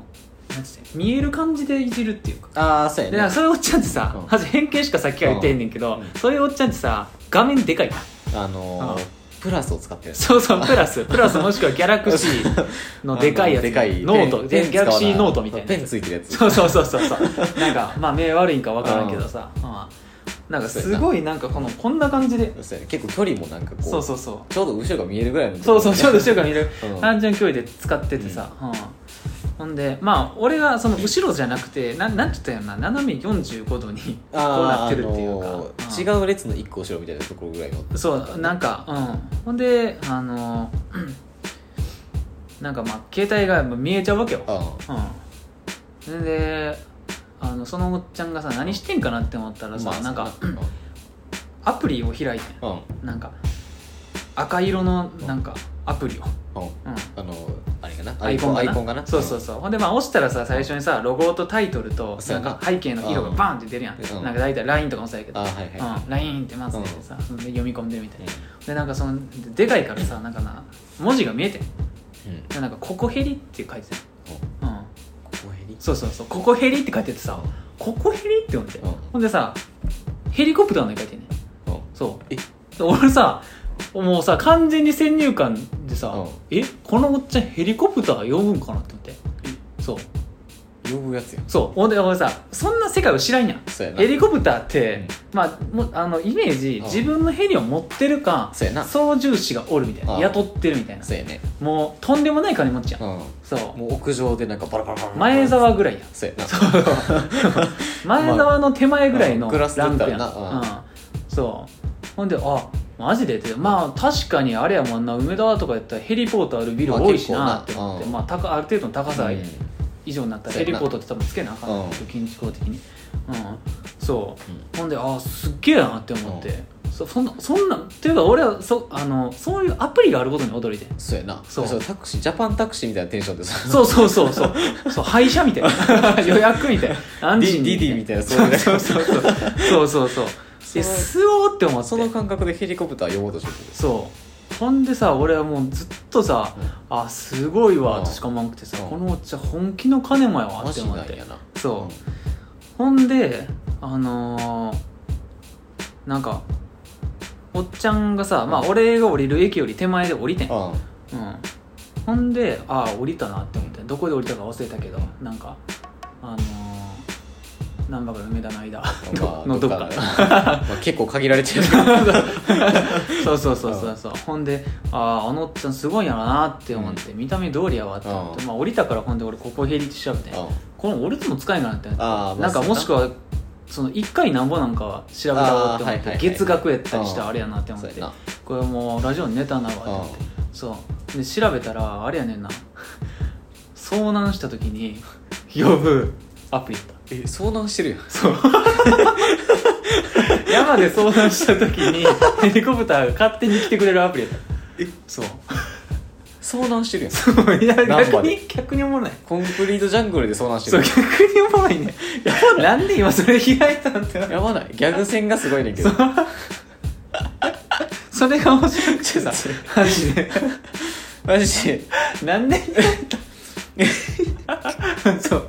Speaker 1: たらいいん見える感じでいじるっていうか
Speaker 2: あーそうや
Speaker 1: でなん
Speaker 2: な
Speaker 1: かそういうおっちゃんってさ、
Speaker 2: うん
Speaker 1: まず偏見しかさっきから言ってへんねんけど、
Speaker 2: うん
Speaker 1: そういうおっちゃんってさ画面でかいな
Speaker 2: あのー
Speaker 1: うん
Speaker 2: プラスを使ってる
Speaker 1: そうそうプラ スプラスもしくはギャラクシーのでかいやつ
Speaker 2: でかい
Speaker 1: ノート
Speaker 2: ペン
Speaker 1: でギャラクシー
Speaker 2: 使わ
Speaker 1: ノートみたいな
Speaker 2: ペン
Speaker 1: やつ
Speaker 2: ついてるやつ
Speaker 1: そうそうそうそうそうなんかまあ目悪いんか分からんけどさ、うんなんかすごいなんかこのこんな感じで
Speaker 2: そうや結構距離もなんかこう
Speaker 1: そうそうそう
Speaker 2: ちょうど後ろが見えるぐらいの
Speaker 1: そうそうちょうど後ろから見る
Speaker 2: うん
Speaker 1: 単純距離で使っててさ、うんほんでまあ俺がその後ろじゃなくてなんなんて言ったんやろな斜め45度にこうな
Speaker 2: あ
Speaker 1: って
Speaker 2: ー
Speaker 1: るっていうか、
Speaker 2: あの
Speaker 1: うん
Speaker 2: ー違う列の一個後ろみたいなところぐらいの
Speaker 1: そうなんかうんほんであのうんなんかまあ携帯が見えちゃうわけよ
Speaker 2: あ
Speaker 1: うんであのそのおっちゃんがさ何してんかなって思ったら
Speaker 2: ー
Speaker 1: さ、
Speaker 2: まあ
Speaker 1: なんか
Speaker 2: そうやな
Speaker 1: アプリを開いて
Speaker 2: うんうん
Speaker 1: んなんか赤色のなんかアプリを、
Speaker 2: うん
Speaker 1: うん、
Speaker 2: あのあれかな
Speaker 1: アイコン
Speaker 2: ア
Speaker 1: か
Speaker 2: イ
Speaker 1: な
Speaker 2: コンかな
Speaker 1: そうそうそうほんでまあ押したらさ最初にさロゴとタイトルと
Speaker 2: そう
Speaker 1: な
Speaker 2: や
Speaker 1: ん
Speaker 2: な
Speaker 1: か背景の色がバンって出るやん、
Speaker 2: うん
Speaker 1: なんか大体 LINE とかもそうやけど
Speaker 2: あーはいはい
Speaker 1: うん、LINE ってまず出てさ、で読み込んでるみたいな
Speaker 2: う
Speaker 1: でなんかそのででかいからさなんかな文字が見えてん
Speaker 2: んうん
Speaker 1: でなんか「ここへり」って書いてたよ、うん、
Speaker 2: ここへり
Speaker 1: そうそうそう「ここへり」って書いててさ「ここへり」って読んで、
Speaker 2: うん
Speaker 1: ほんでさヘリコプターの絵描いてんねん
Speaker 2: うん
Speaker 1: そう
Speaker 2: え
Speaker 1: で俺さもうさ完全に先入観でさ、
Speaker 2: うん
Speaker 1: えこのおっちゃんヘリコプター呼ぶんかなって思ってそう
Speaker 2: 呼ぶやつや
Speaker 1: そうほんで俺さそんな世界を知らんやん
Speaker 2: そうやな
Speaker 1: ヘリコプターって、
Speaker 2: うん
Speaker 1: まあもうあのイメージ、
Speaker 2: うん
Speaker 1: 自分のヘリを持ってるか
Speaker 2: そうやな
Speaker 1: 操縦士がおるみたいな、
Speaker 2: うん
Speaker 1: 雇ってるみたいな
Speaker 2: そうやね
Speaker 1: もうとんでもない金持ちやん、
Speaker 2: うん
Speaker 1: そう
Speaker 2: もう屋上でなんかバラバラバラバラ
Speaker 1: 前澤ぐらいやん
Speaker 2: そうやな
Speaker 1: 前澤の手前ぐらいの
Speaker 2: グラスだ
Speaker 1: ラ
Speaker 2: っ
Speaker 1: ン
Speaker 2: た
Speaker 1: ク
Speaker 2: ら
Speaker 1: やん、
Speaker 2: な
Speaker 1: うんそうほんであマジでってまあ確かにあれやもんな梅田とかやったらヘリポートあるビル多いしなって思って、ま
Speaker 2: ま
Speaker 1: あ高ある程度の高さ
Speaker 2: うん
Speaker 1: 以上になったらヘリポートって多分つけなあかん
Speaker 2: う
Speaker 1: ねん
Speaker 2: ん
Speaker 1: けど緊張的にうんそうほんであすっげえなって思って、そそんなそんなっていうか俺はそあのそういうアプリがあることに驚いて
Speaker 2: そうやな
Speaker 1: そう
Speaker 2: タクシージャパンタクシーみたいなテンションでさ
Speaker 1: そうそうそうそうそう廃車みたい な予約みたいな何時に
Speaker 2: ディディみたいな
Speaker 1: そ
Speaker 2: そうういう
Speaker 1: そうそうそうそうそうそうで
Speaker 2: その
Speaker 1: 吸おうって思って
Speaker 2: その感覚でヘリコプター呼ぼうとしてる
Speaker 1: そうほんでさ俺はもうずっとさ、あすごいわ
Speaker 2: うん
Speaker 1: としか思わなくてさ、
Speaker 2: うん
Speaker 1: このおっちゃん本気の金もやわ
Speaker 2: マ
Speaker 1: って
Speaker 2: ジ
Speaker 1: 思
Speaker 2: な
Speaker 1: っ
Speaker 2: ん
Speaker 1: て
Speaker 2: やな
Speaker 1: そう、ほんであのーなんかおっちゃんがさ、まあ
Speaker 2: うん
Speaker 1: 俺が降りる駅より手前で降りてん
Speaker 2: うんうん
Speaker 1: うん、ほんでああ降りたなって思ってどこで降りたか忘れたけどなんかあのー、難波から梅田の間
Speaker 2: まあ
Speaker 1: ののどっ
Speaker 2: どっ
Speaker 1: か
Speaker 2: かまあ結構限られて るうん
Speaker 1: そうそうそうそうそうほんであああのおっちゃんすごいんやろなって思って、見た目通りやわって思って、
Speaker 2: うん
Speaker 1: まあ、降りたからほんで俺ここヘリって調べてこの俺とも使えんかなって
Speaker 2: あー
Speaker 1: なんかもしく
Speaker 2: は
Speaker 1: はその1回なんぼなんかは調べたろうって思って、
Speaker 2: あーはいはいはい
Speaker 1: 月額やったりしたら
Speaker 2: うん
Speaker 1: あれやなって思っ
Speaker 2: そう
Speaker 1: て
Speaker 2: やな
Speaker 1: これもうラジオのネタなわって思ってそうで調べたらあれやねんな遭難した時に呼ぶアプリやっ
Speaker 2: え遭難してるやん
Speaker 1: た山で遭難した時にヘリコプターが勝手に来てくれるアプリやった
Speaker 2: え
Speaker 1: そう
Speaker 2: 遭難してるやん
Speaker 1: いや
Speaker 2: ナンバ
Speaker 1: 逆
Speaker 2: で
Speaker 1: に逆におもろない
Speaker 2: コンクリートジャングルで遭難して
Speaker 1: そう
Speaker 2: る
Speaker 1: 逆におもろいねなんで今それ開いたんってな
Speaker 2: やばないギャグ戦がすごいねんけど
Speaker 1: それが面白くてさ
Speaker 2: ちょっ
Speaker 1: マジで
Speaker 2: マジで
Speaker 1: なんで そう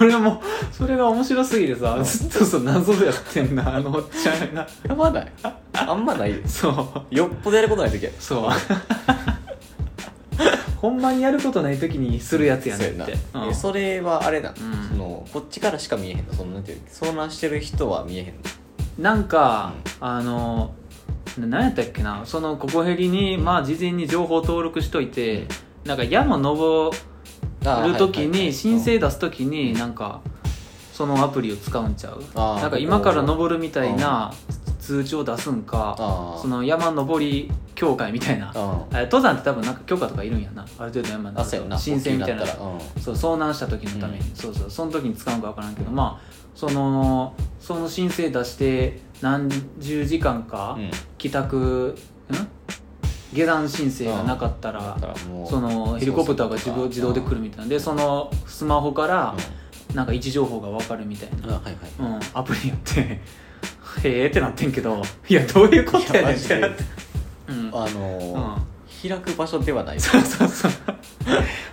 Speaker 1: 俺はもうそれが面白すぎてさずっとそう謎でやってんなあのおっちゃんが
Speaker 2: やばないあんまないよ
Speaker 1: そう
Speaker 2: よっぽどやることない時や
Speaker 1: そうほんまにやることない時にするやつやねんって
Speaker 2: そうやな
Speaker 1: うん
Speaker 2: えそれはあれだ、
Speaker 1: ん
Speaker 2: そのこっちからしか見えへんのそのなんていう遭難してる人は見えへんの
Speaker 1: なんか、あのな何やったっけなそのここへりに、まあ、事前に情報登録しといて、なんか山登
Speaker 2: あー
Speaker 1: る時
Speaker 2: はいはいはい
Speaker 1: に申請出す時になんかそのアプリを使うんちゃう
Speaker 2: あー
Speaker 1: なんか今から登るみたいな通知を出すんか
Speaker 2: あー
Speaker 1: その山登り協会みたいな
Speaker 2: あ
Speaker 1: あれ登山って多分なんか許可とかいるんやなある程度山
Speaker 2: ーあそうやな
Speaker 1: の申請みたいな
Speaker 2: 大きくったら
Speaker 1: そう遭難した時のために、
Speaker 2: う
Speaker 1: そうそうその時に使うんか分からんけどまあそのその申請出して何十時間か
Speaker 2: うんうん
Speaker 1: 帰宅、ん下山申請がなかった
Speaker 2: だ
Speaker 1: ら
Speaker 2: ったらもう
Speaker 1: そのヘリコプターが自動自動で来るみたいなんでそのスマホからなんか位置情報が分かるみたいな、
Speaker 2: うんうんあはいはい
Speaker 1: うん、アプリやってへえってなってんけどいやどういうことやねんって
Speaker 2: い
Speaker 1: な
Speaker 2: や
Speaker 1: っ
Speaker 2: マ
Speaker 1: て
Speaker 2: ジで
Speaker 1: うん
Speaker 2: あの
Speaker 1: うん
Speaker 2: ー開く場所ではない
Speaker 1: そうそうそう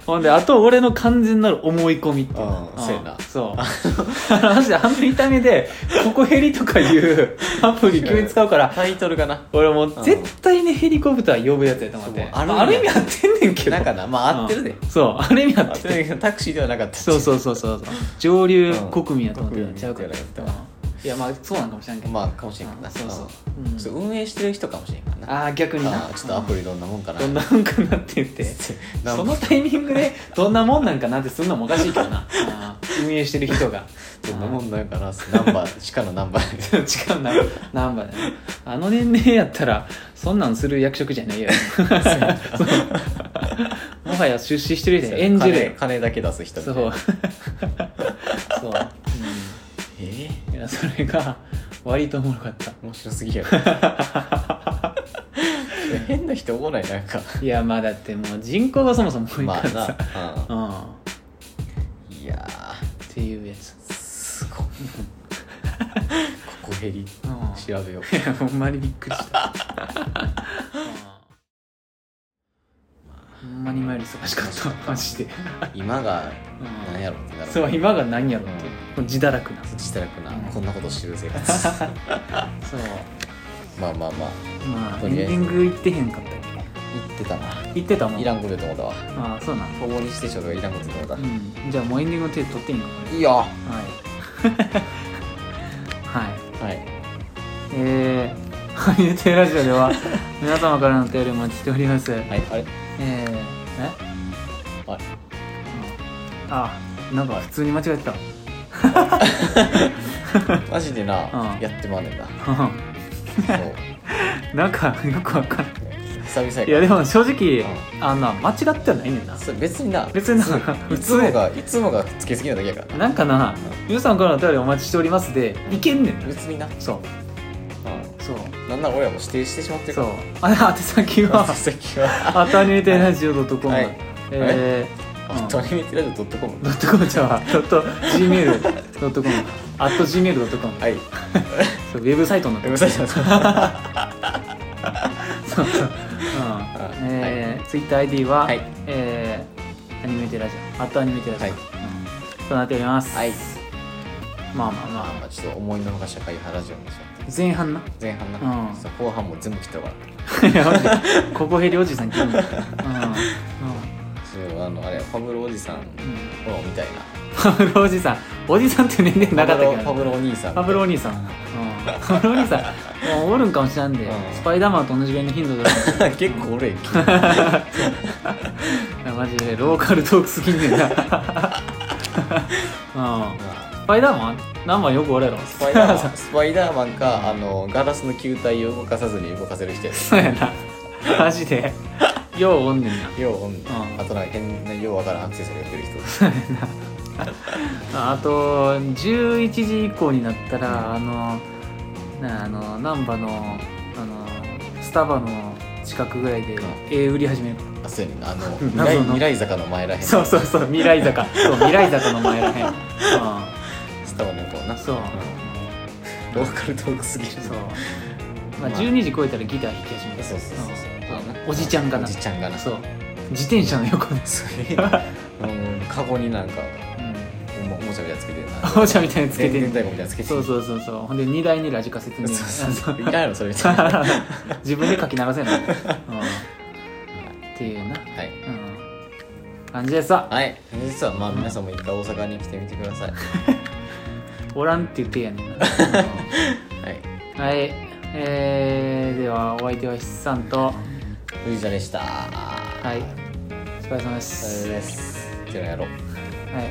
Speaker 1: ほんであと俺の完全なる思い込みっていう
Speaker 2: うんそうやな
Speaker 1: そう あのマジであの見た目で「ここヘリ」とかいうアプリ急に使うから
Speaker 2: タイトルがな
Speaker 1: 俺もう絶対にヘリコプター呼ぶやつやと思って、
Speaker 2: そう
Speaker 1: まあ
Speaker 2: あ
Speaker 1: あ
Speaker 2: る
Speaker 1: る
Speaker 2: んや
Speaker 1: 意味合ってんねんけど
Speaker 2: なんかなまあ合ってるで
Speaker 1: うんそうある意味合
Speaker 2: 合
Speaker 1: っ
Speaker 2: ってて
Speaker 1: る
Speaker 2: るけどタクシーではなかった
Speaker 1: そうそうそうそう上流
Speaker 2: うん
Speaker 1: 国民やと思って
Speaker 2: 国
Speaker 1: る
Speaker 2: 民
Speaker 1: ちゃうから、
Speaker 2: やった
Speaker 1: うんいやまあそうなんかもしれんけど、
Speaker 2: まあかもしれんけ
Speaker 1: う
Speaker 2: ど
Speaker 1: ん
Speaker 2: な
Speaker 1: そうそう、
Speaker 2: うんちょっと運営してる人かもしれんからな
Speaker 1: ああ逆にな
Speaker 2: あーちょっとアプリどんなもんかな
Speaker 1: どん なもんかなって言ってそのタイミングでどんなもんなんかなってするのもおかしいけどなあー運営してる人が
Speaker 2: どんなもんなんかなナンバー地下のナンバー
Speaker 1: あー違うなナンバーだなあの年齢やったらそんなんする役職じゃ ないよそうもはや出資してる人やエンジェルや
Speaker 2: 金金だけ出す人み
Speaker 1: そ
Speaker 2: た
Speaker 1: う
Speaker 2: い
Speaker 1: そう
Speaker 2: な、え
Speaker 1: うん、いやそれが割とおもろかった
Speaker 2: ー面白すぎやろ変な人おもないな んか
Speaker 1: いやまあだってもう人口がそもそも多いか
Speaker 2: ま
Speaker 1: ら
Speaker 2: あ
Speaker 1: さ、
Speaker 2: な、
Speaker 1: うんっ
Speaker 2: うん、いや
Speaker 1: ていうやつ
Speaker 2: ーすごいここ減り
Speaker 1: うん
Speaker 2: 調べよう
Speaker 1: いやほんまにびっくり したほんまに今より忙しかったマジで、
Speaker 2: 今が
Speaker 1: う
Speaker 2: 何やろってなる
Speaker 1: ん、そう今が何やろって、う自堕落な
Speaker 2: 自宅なこんなことしてる生活
Speaker 1: そう
Speaker 2: まあまあま
Speaker 1: まあ
Speaker 2: あ
Speaker 1: エ
Speaker 2: と
Speaker 1: ン
Speaker 2: り
Speaker 1: デ
Speaker 2: あえず
Speaker 1: ィング行ってへんかったっ
Speaker 2: 言ってたな
Speaker 1: け行ってたもん
Speaker 2: いらんこと言うと思ったわ
Speaker 1: ああそうなの
Speaker 2: ここにしてちょっといらんこと言うと
Speaker 1: う
Speaker 2: 思っ
Speaker 1: んじゃあもうエンディングの手取っていいのか
Speaker 2: たいいよは
Speaker 1: なはい はい
Speaker 2: い
Speaker 1: えー、ハリエテラジオで は皆様からのお便りをお待ちしております。
Speaker 2: はいあれ
Speaker 1: えー、え
Speaker 2: あ
Speaker 1: あ、なんか普通に間違えてた。
Speaker 2: れマジでな、
Speaker 1: うん
Speaker 2: やってまうねんなそう
Speaker 1: なんかよくわかんない。
Speaker 2: 久々や
Speaker 1: い
Speaker 2: か
Speaker 1: やで
Speaker 2: ら
Speaker 1: も正直、
Speaker 2: う
Speaker 1: あんな間違ってはないねんな。
Speaker 2: そう別にな
Speaker 1: 別にな
Speaker 2: そう
Speaker 1: 普
Speaker 2: いつ
Speaker 1: 通
Speaker 2: もがいつもがつけすぎなだけやからな
Speaker 1: なんかな、皆さんからのお便りをお待ちしておりますで、いけんねんな。
Speaker 2: 別にな、
Speaker 1: そう、
Speaker 2: う
Speaker 1: そう、
Speaker 2: ん、なんなら俺らも指定してしまってる
Speaker 1: そ
Speaker 2: か
Speaker 1: う
Speaker 2: ら。
Speaker 1: あ、宛先は、
Speaker 2: 先は
Speaker 1: アタニエテラジオ .com。
Speaker 2: はい
Speaker 1: えー、うん
Speaker 2: トニメテラジオ .com
Speaker 1: ドットコムちゃうわ。ドット gmail ドットコム。アット gmail ドットコム。
Speaker 2: はい
Speaker 1: そうウェブサイトの。
Speaker 2: ごめんなさい
Speaker 1: そうそう。
Speaker 2: あ
Speaker 1: うん。えー、ツイッター ID は、
Speaker 2: はい
Speaker 1: えー、アニメテラジオ。あとアニメテラジオ。
Speaker 2: はい
Speaker 1: うんとなっております。
Speaker 2: はい
Speaker 1: まあまあ
Speaker 2: まあ
Speaker 1: ま
Speaker 2: まあちょっと思いのほか社会派ラジオにしよ
Speaker 1: あ。前半な。
Speaker 2: う前半な、
Speaker 1: うん
Speaker 2: そう後半も全部切ったから
Speaker 1: いや待ってここへりおじさん来るんだ。うん。
Speaker 2: ちょっとあのあれパブロおじさんを
Speaker 1: うん。うん
Speaker 2: みたい
Speaker 1: パ
Speaker 2: な
Speaker 1: ブロおじさん。おじさんって年齢なかったけ
Speaker 2: パ
Speaker 1: ど。
Speaker 2: ブロお兄さん
Speaker 1: パブロお兄さん。うん。パブロお兄さん。もうおるんかもしれんで、
Speaker 2: うん
Speaker 1: スパイダーマンと同じぐらいの頻度でおるんかもしれん。
Speaker 2: 結構俺
Speaker 1: マジでローカルトークすぎんねんなうんスパイダーマン何番よくおるやろ
Speaker 2: スパイダ ーマンスパイダーマンかあのガラスの球体を動かさずに動かせる人や
Speaker 1: そうやなマジで ようおんねんな
Speaker 2: ようおんねん
Speaker 1: うん
Speaker 2: あとなんか変なようわからんアクセサリー売ってる人
Speaker 1: ああと11時以降になったらあのなあの難波のあのスタバの近くぐらいで
Speaker 2: ん
Speaker 1: 絵売り始めるから
Speaker 2: あそうやねんなあの
Speaker 1: うん
Speaker 2: 未 来
Speaker 1: 謎の
Speaker 2: 未来坂の前らへん
Speaker 1: そうそうそう未来 坂そう未来坂の前らへん、うん、
Speaker 2: スタバのこうな
Speaker 1: そう、
Speaker 2: ローカルトークすぎる
Speaker 1: そうまあ12時超えたらギター弾き始める
Speaker 2: そうそうそうそう
Speaker 1: おじちゃんがな
Speaker 2: おじちゃんがな
Speaker 1: そうう自転車の横で、
Speaker 2: そ れうんカゴになんかおもおもちゃみたいなのつけてるな
Speaker 1: おもちゃみたいにつけて
Speaker 2: 全
Speaker 1: る
Speaker 2: 然太鼓みたいなのつけてる
Speaker 1: そうそうそうそうほんで荷台にラジカセ積んでる
Speaker 2: そうそうそうい
Speaker 1: あ
Speaker 2: らんや ろそれみたいなは
Speaker 1: そう 自分で書き流せない、うん、っていうな、
Speaker 2: い
Speaker 1: うん、感じでさ
Speaker 2: はい実はまあ皆さんも一回大阪に来てみてください
Speaker 1: おらんって言ってやねん な
Speaker 2: はい
Speaker 1: うんはいえー、ではお相手は筆さんと
Speaker 2: 藤田でした
Speaker 1: はい
Speaker 2: はい
Speaker 1: お疲れ様で
Speaker 2: そ
Speaker 1: す、
Speaker 2: れですっていうのやろう
Speaker 1: はい